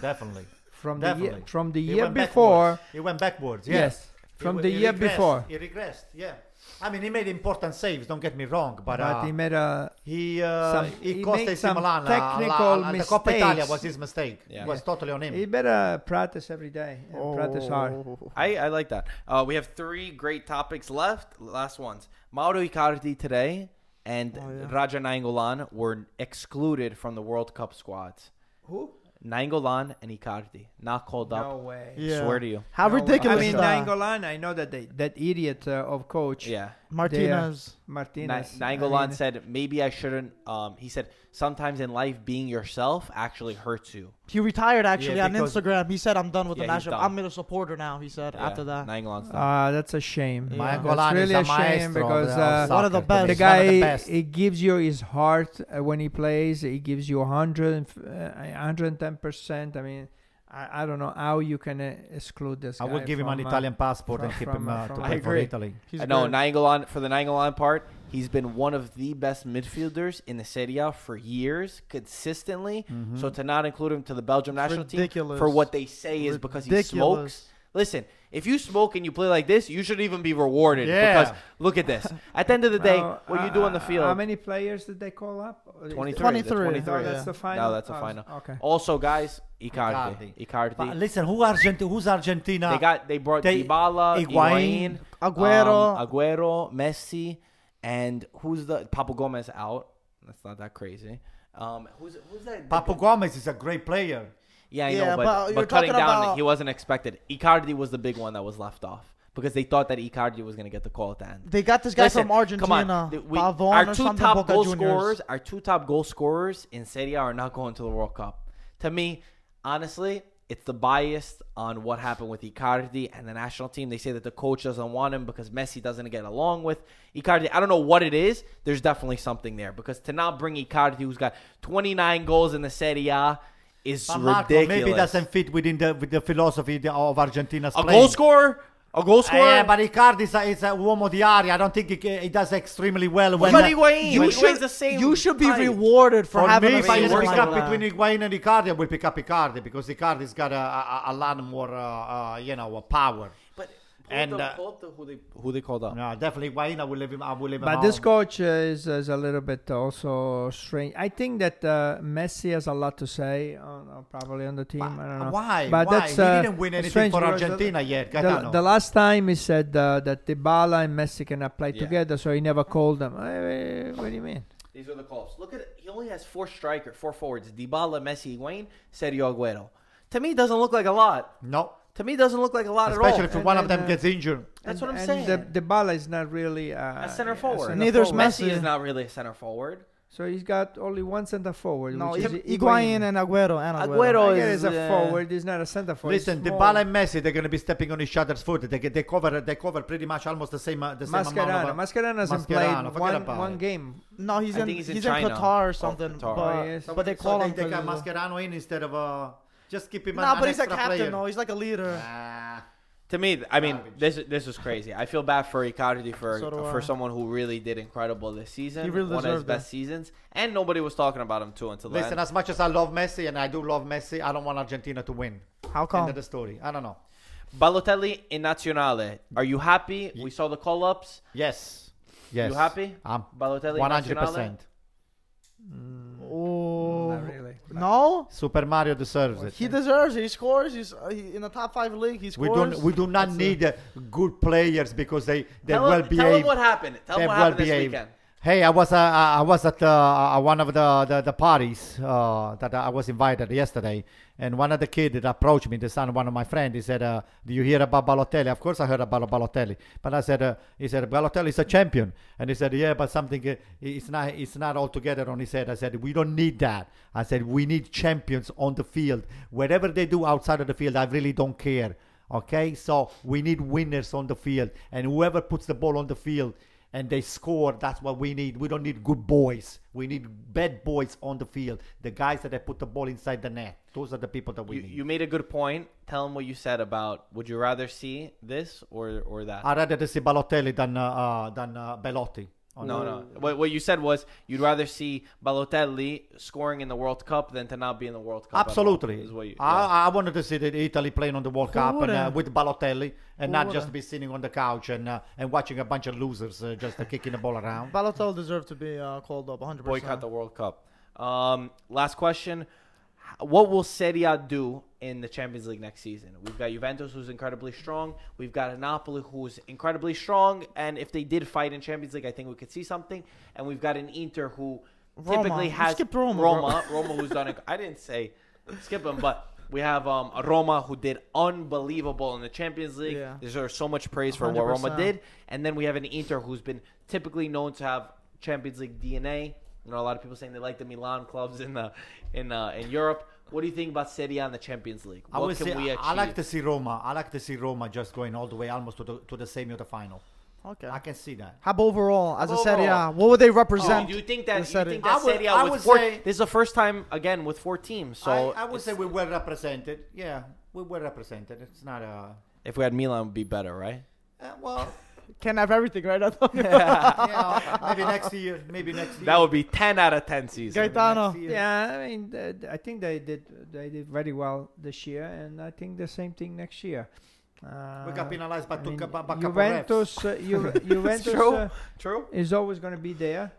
A: definitely.
E: from the year,
A: Definitely.
E: from the
A: He
E: year
A: went
E: before.
A: backwards. He went backwards. Yeah.
E: Yes,
A: He
E: from
A: w-
E: the
A: he
E: year
A: regressed.
E: before.
A: He regressed. Yeah. I mean, he made important saves. Don't get me wrong, but,
E: But
A: uh,
E: he made a
A: he uh,
E: some-
A: he,
E: he
A: cost
E: made
A: AC
E: some
A: Milan.
E: technical
A: uh, la- la- the Coppa Italia
E: mistakes.
A: was his mistake.
D: Yeah.
A: It was totally on him.
E: he better practice every day and
C: Oh.
E: practice hard.
D: I, I like that. Uh, we have three great topics left. Last ones. Mauro Icardi today and Raja Nainggolan were excluded from the World Cup squads.
E: Who?
D: Nainggolan and Icardi not called
E: No
D: up.
E: way.
C: Yeah.
D: Swear to you.
C: How
E: No way.
C: ridiculous!
E: I mean,
C: is that?
E: Nainggolan. I know that they, that idiot uh, of coach
D: Yeah.
C: Martinez.
D: Na-
E: Martinez. I
D: Nainggolan
E: mean,
D: said maybe I shouldn't. Um, he said sometimes in life being yourself actually hurts you.
C: He retired actually on
A: because-
C: Instagram. He said, "I'm done with
D: Yeah,
C: the
D: he's
C: national.
D: done.
C: I'm a supporter now." He said after that. Uh,
D: Nainggolan's done.
E: Ah, that's a shame.
C: Yeah.
A: Mike
E: That's
A: Golan
E: really
A: is
E: a shame
A: maestro of
E: because
A: the-
E: uh,
A: of
C: One of the
A: soccer.
C: best.
E: the
A: He's one of
E: guy
A: the best.
E: he gives you his heart uh, when he plays he gives you 100 uh, 110% i mean I, I don't know how you can uh, exclude this
A: I
E: guy
A: would give him
E: from,
A: an
E: uh,
A: Italian passport
E: from-
A: and keep
E: from,
A: him
E: uh,
A: uh,
E: from-
A: to
E: I
A: play for
D: agree.
A: Italy.
C: He's
D: I know
C: good.
D: Nainggolan for the Nainggolan part. He's been one of the best midfielders in the Serie A for years, consistently. So to not include him to the Belgium national team
C: Mm-hmm. ridiculous.
D: for what they say is because he smokes.
C: Ridiculous.
D: Listen, if you smoke and you play like this, you should even be rewarded.
A: Yeah.
D: Because look at this. At the end
C: *laughs*
D: of the day,
E: Now,
D: what you
E: uh,
D: do on the
E: uh,
D: field.
E: how many players did they call up Or is it-
D: 23.
C: 23.
D: 23.
E: no, that's
C: yeah.
E: the final
D: that's the
E: Oh,
D: final.
E: okay
D: Also, guys, Icardi.
A: Icardi.
D: Icardi.
A: But listen, who Argenti- who's Argentina?
D: They got they brought
A: They-
D: Dybala, Higuain,
A: Higuain,
C: Agüero.
D: um, Agüero, Messi, and who's the Papu Gomez out? That's not that crazy. Um, who's who's that?
A: Papu Gomez is a great player.
D: yeah, I know,
C: Yeah,
D: but,
C: but
D: but,
C: you're
D: cutting
C: talking
D: down,
C: about-
D: he wasn't expected. Icardi was the big one that was left off because they thought that Icardi was going to get the call at the end.
C: They got this guy
D: Listen,
C: from Argentina.
D: Come on, Th- we-
C: Pavon
D: our
C: or
D: two
C: something,
D: top
C: Boca
D: goal
C: Juniors.
D: scorers, our two top goal scorers in Serie A are not going to the World Cup. To me, honestly, it's the bias on what happened with Icardi and the national team. They say that the coach doesn't want him because Messi doesn't get along with Icardi. I don't know what it is. There's definitely something there because to not bring Icardi, who's got 29 goals in the Serie A, is
A: But Marco
D: ridiculous.
A: maybe doesn't fit within the with the philosophy the- of Argentina's
D: a
A: playing. Eh,
D: goal scorer, a goal scorer.
A: Uh, Yeah, but Icardi is a, is a uomo di area. I don't think he, ca- he does extremely well when.
D: But Higuain,
C: You
D: Higuain's
C: should,
D: the same
C: you should be
D: type.
C: rewarded for,
A: for
C: having
A: me,
C: a
A: if I had
C: season
A: to
C: like
A: pick up
C: that.
A: between Higuain and Icardi, I will pick up Icardi because Icardi's got a, a, a lot more, uh, uh, you know, uh, power.
D: But
A: And, uh,
D: who they who they called up?
A: No, definitely Wayne. I will leave him. I will leave him.
E: But this
A: out.
E: coach is, is a little bit also strange. I think that uh, Messi has a lot to say, on, on- probably on the team. I don't know.
A: Why?
E: But
A: Why?
E: that's
A: we
E: uh,
A: didn't win anything
E: strange
A: for
E: because the-
A: Argentina yet.
E: The,
A: Gaetano.
E: the last time he said uh, that Dybala and Messi cannot play
D: Yeah.
E: together, so he never called them. Eh, eh, what do you mean?
D: These are the calls. Look at he only has four striker, four forwards: Dybala, Messi, Wayne, Sergio Aguero. To me, it doesn't look like a lot.
A: no,
D: To me, it doesn't look like a lot
A: especially
D: at
A: if
D: all.
E: And
A: one of
E: then,
A: them
E: uh,
A: gets injured.
D: That's what I'm
E: and
D: saying.
E: The, Dybala is not really uh,
D: A center forward.
E: center
C: Neither is
E: forward.
D: Messi
C: Messi-
D: is not really a center forward.
E: So he's got only one center forward.
C: No,
E: which is
C: Higuain, and Aguero and Aguero.
D: Aguero
E: I get
D: is,
E: it's a
D: uh,
E: forward. He's not a center forward. he's
A: Listen,
E: small.
A: Dybala and Messi, they're going to be stepping on each other's foot. They, get- they cover they cover pretty much almost the same uh, the same amount.
E: Mascherano.
A: Of,
E: Mascherano hasn't
A: Mascherano,
E: played
A: forget
E: one,
A: about
E: one
A: it.
E: game.
C: No, he's
D: I
C: in
D: think he's
C: he's
D: in
C: in,
D: China.
C: Qatar
D: Oh,
C: or something.
D: Qatar.
C: But,
E: Oh, yes.
C: but they
A: so
C: call
A: they
C: him.
A: take uh,
C: because, uh,
A: Mascherano in instead of uh, just keep him.
C: Nah,
A: an
C: but he's a
A: extra
C: captain.
A: player.
C: though. he's like a leader.
A: Ah.
D: To me, I mean,
A: Garbage.
D: this this is crazy. I feel bad for Icardi for
C: So do
D: for
C: I.
D: someone who really did incredible this season.
C: He really
D: one of his
C: deserved
D: best seasons, and nobody was talking about him too until
A: Listen,
D: then.
A: as much as I love Messi and I do love Messi, I don't want Argentina to win.
C: How
A: End
E: Oh.
C: come?
A: of the story. I don't know.
D: Balotelli in Nazionale. Are you happy? We saw the call ups.
A: Yes. Yes.
D: You happy?
A: I'm
D: Balotelli, in
A: 100
D: Nazionale?
A: percent.
C: Oh,
E: Not really.
C: no.
A: Super Mario deserves it.
C: He deserves it. He scores. He's uh, he, in the top five league. He
A: We
C: scores.
A: don't. We do not
C: That's it.
A: need uh, good players because they they
D: Tell,
A: well
D: him, tell him
A: behave.
D: what happened. Tell
A: They
D: him what
A: well
D: happened this
A: behaved.
D: weekend.
A: Hey, I was uh, I I was at uh, uh, one of the the, the parties uh, that I was invited yesterday, and one of the kids that approached me, the son of one of my friends, he said, uh, "Do you hear about Balotelli?" Of course, I heard about Balotelli, but I said, uh, "He said Balotelli is a champion," and he said, "Yeah, but something uh, it's not it's not all together on his head." I said, "We don't need that." I said, "We need champions on the field. Whatever they do outside of the field, I really don't care." Okay, so we need winners on the field, and whoever puts the ball on the field and they score. That's what we need. We don't need good boys. We need bad boys on the field. The guys that they put the ball inside the net. Those are the people that we
D: You,
A: need.
D: you made a good point. Tell him what you said about would you rather see this or or that?
A: I'd rather see Balotelli than uh, uh, than uh, Belotti. on
D: no,
A: the-
D: no. What, what you said was you'd rather see Balotelli scoring in the World Cup than to not be in the World Cup. at all,
A: Absolutely.
D: is what you- yeah.
A: I, I wanted to see the Italy playing on the World Cup and, uh,
C: wouldn't?
A: with Balotelli and
C: Who
A: not
C: wouldn't?
A: just be sitting on the couch and uh, and watching a bunch of losers uh, just uh, kicking the ball around.
C: Balotelli deserved to be uh, called up 100%.
D: boycott the World Cup. Um, last question: H- What will Serie A do in the Champions League next season? We've got Juventus, who's incredibly strong. We've got Napoli, who's incredibly strong. And if they did fight in Champions League, I think we could see something. And we've got an Inter who
C: Roma.
D: typically
C: You
D: has
C: skipped Roma, bro.
D: Roma, *laughs* Roma, who's done. inc- I didn't say skip him, but. We have um, Roma who did unbelievable in the Champions League.
C: Yeah.
D: Deserves so much praise for what Roma
C: 100%.
D: did. And then we have an Inter who's been typically known to have Champions League DNA. You know, a lot of people saying they like the Milan clubs in the in uh, in Europe. What do you think about Serie A and the Champions League?
A: I
D: What
A: would say I- I like to see Roma. I like to see Roma just going all the way almost to the to the semi or the final.
C: Okay.
A: I can see that.
C: How about overall as
D: How
C: a
D: about
C: Serie A?
D: overall?
C: What would they
D: Oh,
C: represent?
D: do you think that,
C: the
D: you
C: Serie-
D: think that
A: I would-
D: Serie A
A: I
D: with
A: would
D: four?
A: say-
D: this is the first time again with four teams. So
A: I, I would
D: it's-
A: say we were represented. Yeah, we were represented. It's not a
D: if we had Milan, it would be better, right?
A: uh, well.
C: Can't have everything, right?
D: *laughs*
C: Antonio? *laughs*
A: yeah, maybe next year. Maybe next year.
D: That would be ten out of ten season.
A: Next
C: Gaetano.
A: year.
E: Yeah, I mean, th- th- I think they did they did very well this year, and I think the same thing next year. Uh,
A: We got penalized by
E: I
A: two
E: mean,
A: cup- by couple refs.
E: Juventus, uh, Ju- Juventus
D: true.
E: uh,
D: True.
E: is always going to be there.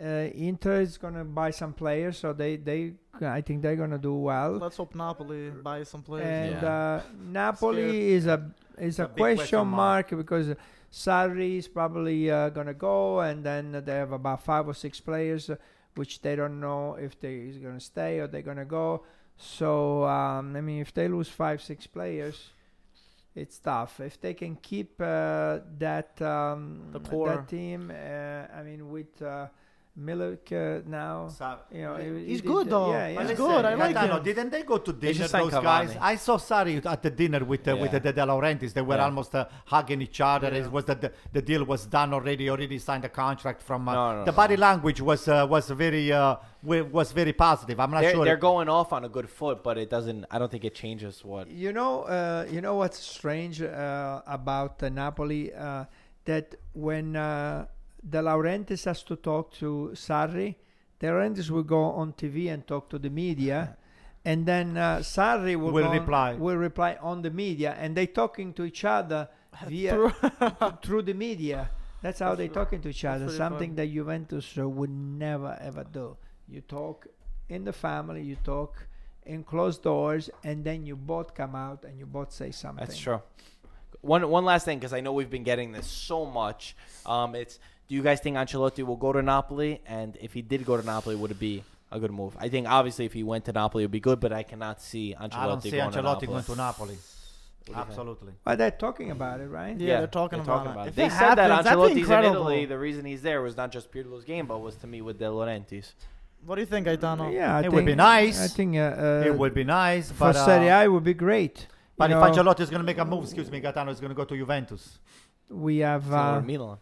E: Uh, Inter is going to buy some players, so they they I think they're going to do well.
C: Let's hope Napoli buy some players.
E: And
D: Yeah.
E: uh, Napoli is a is
A: a
E: a,
A: big
E: question,
A: question mark.
E: mark. because Sarri is probably uh, gonna go, and then they have about five or six players, uh, which they don't know if they is gonna stay or they're gonna go. So um, I mean, if they lose five six players, it's tough. If they can keep uh, that um,
C: The core.
E: that team, uh, I mean, with uh, Milik uh, now,
A: So-
E: you know, he- he
C: He's
E: did- uh,
C: good, though.
E: Yeah, yeah.
A: But
C: He's
A: listen,
C: good, I like
A: Gaetano,
C: him.
A: Didn't they go to dinner,
D: just like
A: those guys?
D: Cavani.
A: I saw Sari at the dinner with uh, with
D: Yeah.
A: the, De Laurentiis. They were
D: Yeah.
A: almost uh, hugging each other.
C: Yeah.
A: It was that the, the deal was done already. Already signed the contract from. Uh,
D: No, no,
A: the
D: no.
A: body language was uh, was very uh, wa- was very positive. I'm not
D: They're,
A: sure.
D: they're going off on a good foot, but it doesn't. I don't think it changes what.
E: You know, uh, you know what's strange uh, about uh, Napoli uh, that when uh, De Laurentiis has to talk to Sarri, De Laurentiis will go on TV and talk to the media, and then uh, Sarri will,
A: Will
E: go on-
A: reply.
E: will reply on the media, and they talking to each other via *laughs* through the media. That's how they're talking to each other.
C: pretty
E: Something
C: fun.
E: that Juventus uh, would never ever do. You talk in the family, you talk in closed doors, and then you both come out and you both say something.
D: That's true. One one last thing, because I know we've been getting this so much. Um, it's do you guys think Ancelotti will go to Napoli? And if he did go to Napoli, would it be a good move? I think obviously if he went to Napoli, it would be good. But I cannot see Ancelotti
A: I don't see
D: going to
A: Ancelotti
D: Napoli.
A: going to Napoli.
D: do you think?
A: Absolutely.
E: But they're talking about it, right?
C: Yeah, they're talking about it. If
D: They
C: it
D: said that
C: happens, that'd be
D: Ancelotti's in
C: incredible.
D: Italy. The reason he's there was not just Pirlo's game, but was to meet with De Laurentiis.
C: What do you think, Aitano?
E: Yeah, I
A: It
E: think,
A: would be nice.
E: I think uh, uh,
A: it would be nice,
E: for
A: but uh,
E: Serie A it would be great.
A: but
E: You
A: if
E: know,
A: Ancelotti is going to make a move, excuse me, Gattano is going to go to Juventus.
E: we have.
D: Or
E: Uh,
D: Milan.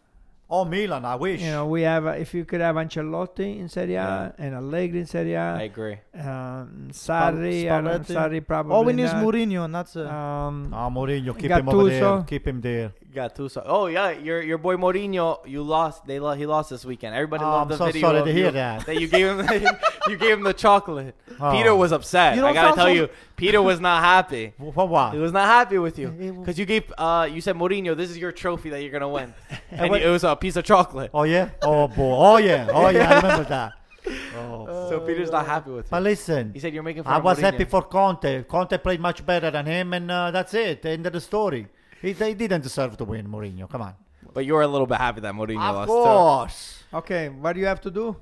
A: Oh, Milan, I wish.
E: you know, we have. Uh, if you could have Ancelotti in Serie A and Allegri in Serie
D: I
E: A,
D: agree.
E: um, Sarri, I don't-
C: Spalletti.
E: Sarri probably.
C: All we need is
E: not.
C: Mourinho, and that's
D: Uh,
C: it.
E: Um,
A: Ah, Mourinho, keep him over there.
E: Gattuso.
A: Keep him there.
D: Gattuso. Oh yeah, your your boy Mourinho. You lost. They lo- he lost this weekend. Everybody
A: Oh,
D: loved
A: I'm
D: the
A: so
D: video.
A: sorry
D: of
A: to hear
D: you-
A: that.
D: you gave him. *laughs* you gave him the chocolate.
A: Oh.
D: Peter was upset.
C: You
D: I
C: don't
D: gotta
C: sound
D: tell
C: so-
D: you, Peter was not happy.
A: W- For what?
D: He was not happy with you
C: It- it-
D: because you gave. Uh, you said Mourinho, this is your trophy that you're gonna
A: *laughs*
D: win, and
A: what-
D: it was a piece of chocolate.
A: Oh yeah. Oh boy. Oh yeah. Oh yeah. I remember
E: *laughs*
A: that. Oh.
D: So Peter's not happy with you.
A: But listen,
D: He said you're making fun
A: I
D: of
A: was
D: Mourinho.
A: happy for Conte. Conte played much better than him, and uh, that's it. End of the story. He, they didn't deserve to win, Mourinho. Come on.
D: but you're a little bit happy that Mourinho lost.
A: Of course.
E: okay, what do you have to do?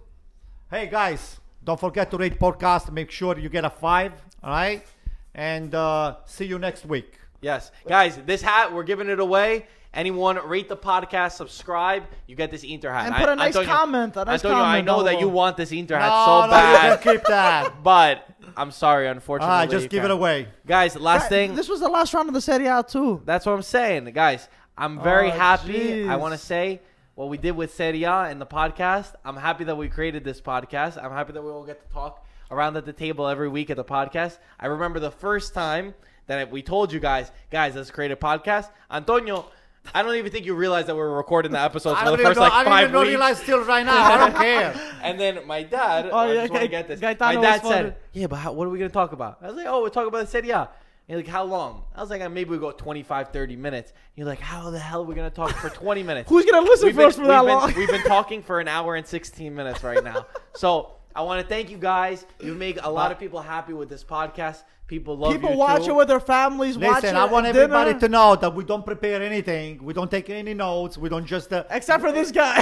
A: Hey guys, don't forget to rate podcast. Make sure you get a five. All right, and uh, see you next week.
D: Yes, guys, this hat we're giving it away. Anyone rate the podcast, subscribe, you get this Inter hat.
C: And
D: I-
C: put a nice
D: Antonio-
C: comment, a nice
D: Antonio, I
C: comment
D: know that
C: below.
D: you want this Inter hat
A: no,
D: so
A: no, you
D: bad,
A: can keep
D: *laughs*
A: that.
D: but I'm sorry,
A: All
D: unfortunately.
C: Ah,
A: right,
D: you
A: just give it
D: can't.
A: away.
D: guys. Last
C: That-
D: thing,
C: This was the last round of the Serie A too.
D: that's what I'm saying, guys. I'm very
C: Oh,
D: happy. I
C: jeez.
D: want to say what we did with Serie A in the podcast. I'm happy that we created this podcast. I'm happy that we all get to talk around at the table every week at the podcast. I remember the first time that we told you guys, guys, let's create a podcast. Antonio, I don't even think you realized that we were recording the episodes for
A: I don't
D: the
A: even
D: first
A: know.
D: like
A: I don't
D: five
A: even know
D: weeks.
A: realize till right now.
D: *laughs*
A: I don't care.
D: And then my dad,
C: Oh,
D: I
C: yeah,
D: just want to
C: Gai-
D: get this. my
C: Gaetano
D: dad
C: was
D: said,
C: funny.
D: "Yeah, but how, what are we going to talk about?" I was like, "Oh, we're talking about the Serie A." And he's like, "How long?" I was like, "Uh, "Maybe we go 25, 30 minutes." And you're like, "How the hell are we going to talk for 20
C: *laughs*
D: minutes?"
C: Who's gonna listen
D: We've
C: for
D: been,
C: us for that
D: we've been-
C: long?
D: we've been talking for an hour and 16 minutes right
C: *laughs*
D: now. So I want to thank you guys. You make a lot of people happy with this podcast. People love
C: People
D: you
C: watch
D: too.
C: it with their families. watch
A: Listen,
C: it
A: I want
C: at dinner.
A: everybody to know that we don't prepare anything. We don't take any notes. We don't just. *laughs* Uh, Oh.
C: Except for this guy.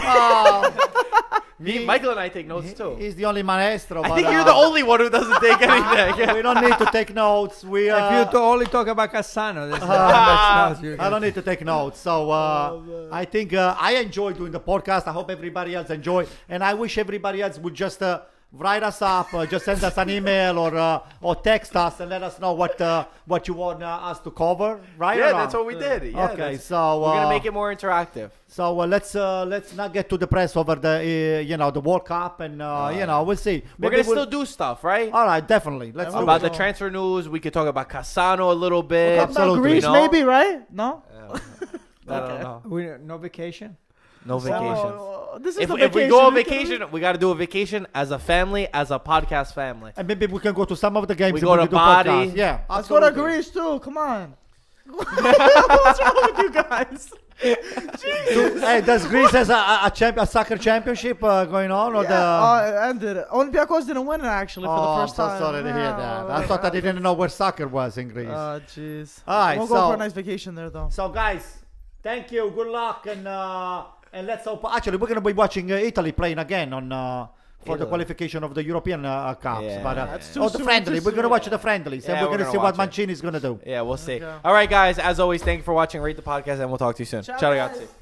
D: Me, Michael and I take notes too.
A: he's the only maestro.
D: I
A: but,
D: think you're
A: uh,
D: the only one who doesn't take
C: *laughs*
D: anything.
A: we don't need to take notes.
D: *laughs*
A: We. Uh,
E: if you to only talk about Cassano, that's, that's not you
A: Ah. I
E: can-
A: don't need to take notes. So uh, I think uh, I enjoy doing the podcast. I hope everybody else enjoy, and I wish everybody else would just uh, write us up, uh, just send us an email or uh, or text us and let us know what uh, what you want uh, us to cover. Right?
D: yeah,
A: or not?
D: that's what we did. Yeah,
A: okay,
D: that's-
A: so
D: we're
A: uh,
D: gonna make it more interactive.
A: So uh, let's uh, let's not get too depressed over the uh, you know the World Cup and uh, you know we'll see.
D: We're
A: Maybe
D: gonna
A: we'll-
D: still do stuff, right?
A: All right, definitely. Let's do
D: about
A: it.
D: the transfer news, we could talk about Casano a little bit.
A: We'll talk about Absolutely.
C: Greece,
D: You know?
C: maybe, right? No.
D: I don't know.
E: We, no vacation.
D: No vacations.
C: Oh, this is
D: If,
C: the
D: if
C: vacation.
D: we go on
C: can-
D: vacation, we got to do a vacation as a family, as a podcast family.
A: and maybe we can go to some of the games.
D: We
A: and
D: go to
A: can do
D: Bari.
A: podcasts. Yeah,
C: Let's go to
A: absolutely.
C: Greece too. Come on. What's wrong with you guys?
A: So, *laughs* hey, does Greece has a, a, a, champ, a soccer championship uh, going on? Or
C: Yeah,
A: the,
C: uh, it ended. Olympiakos didn't win it actually for
A: oh,
C: the first
A: I'm so
C: time.
A: sorry to hear that. I
C: Yeah.
A: thought I didn't know where soccer was in Greece.
C: Ah, jeez.
A: All right,
C: we'll
A: so-
C: go for a nice vacation there, though.
A: so, guys, thank you. Good luck, and uh, and let's hope. Actually, we're gonna be watching uh, Italy playing again on. Uh, for the
D: Italy.
A: qualification of the European uh, Cups,
D: Yeah.
A: but uh,
C: That's too
A: oh, the
C: soon,
A: friendly.
C: too
A: We're gonna
C: soon.
A: watch the friendlies,
D: Yeah,
A: and we're,
D: we're
A: gonna,
D: gonna
A: see what
D: watch it.
A: Mancini's gonna do.
D: Yeah, we'll see.
C: Okay.
D: All right, guys. As always, thank you for watching. Rate the podcast, and we'll talk to you soon. Ciao,
C: Ciao,
D: ragazzi.
C: guys.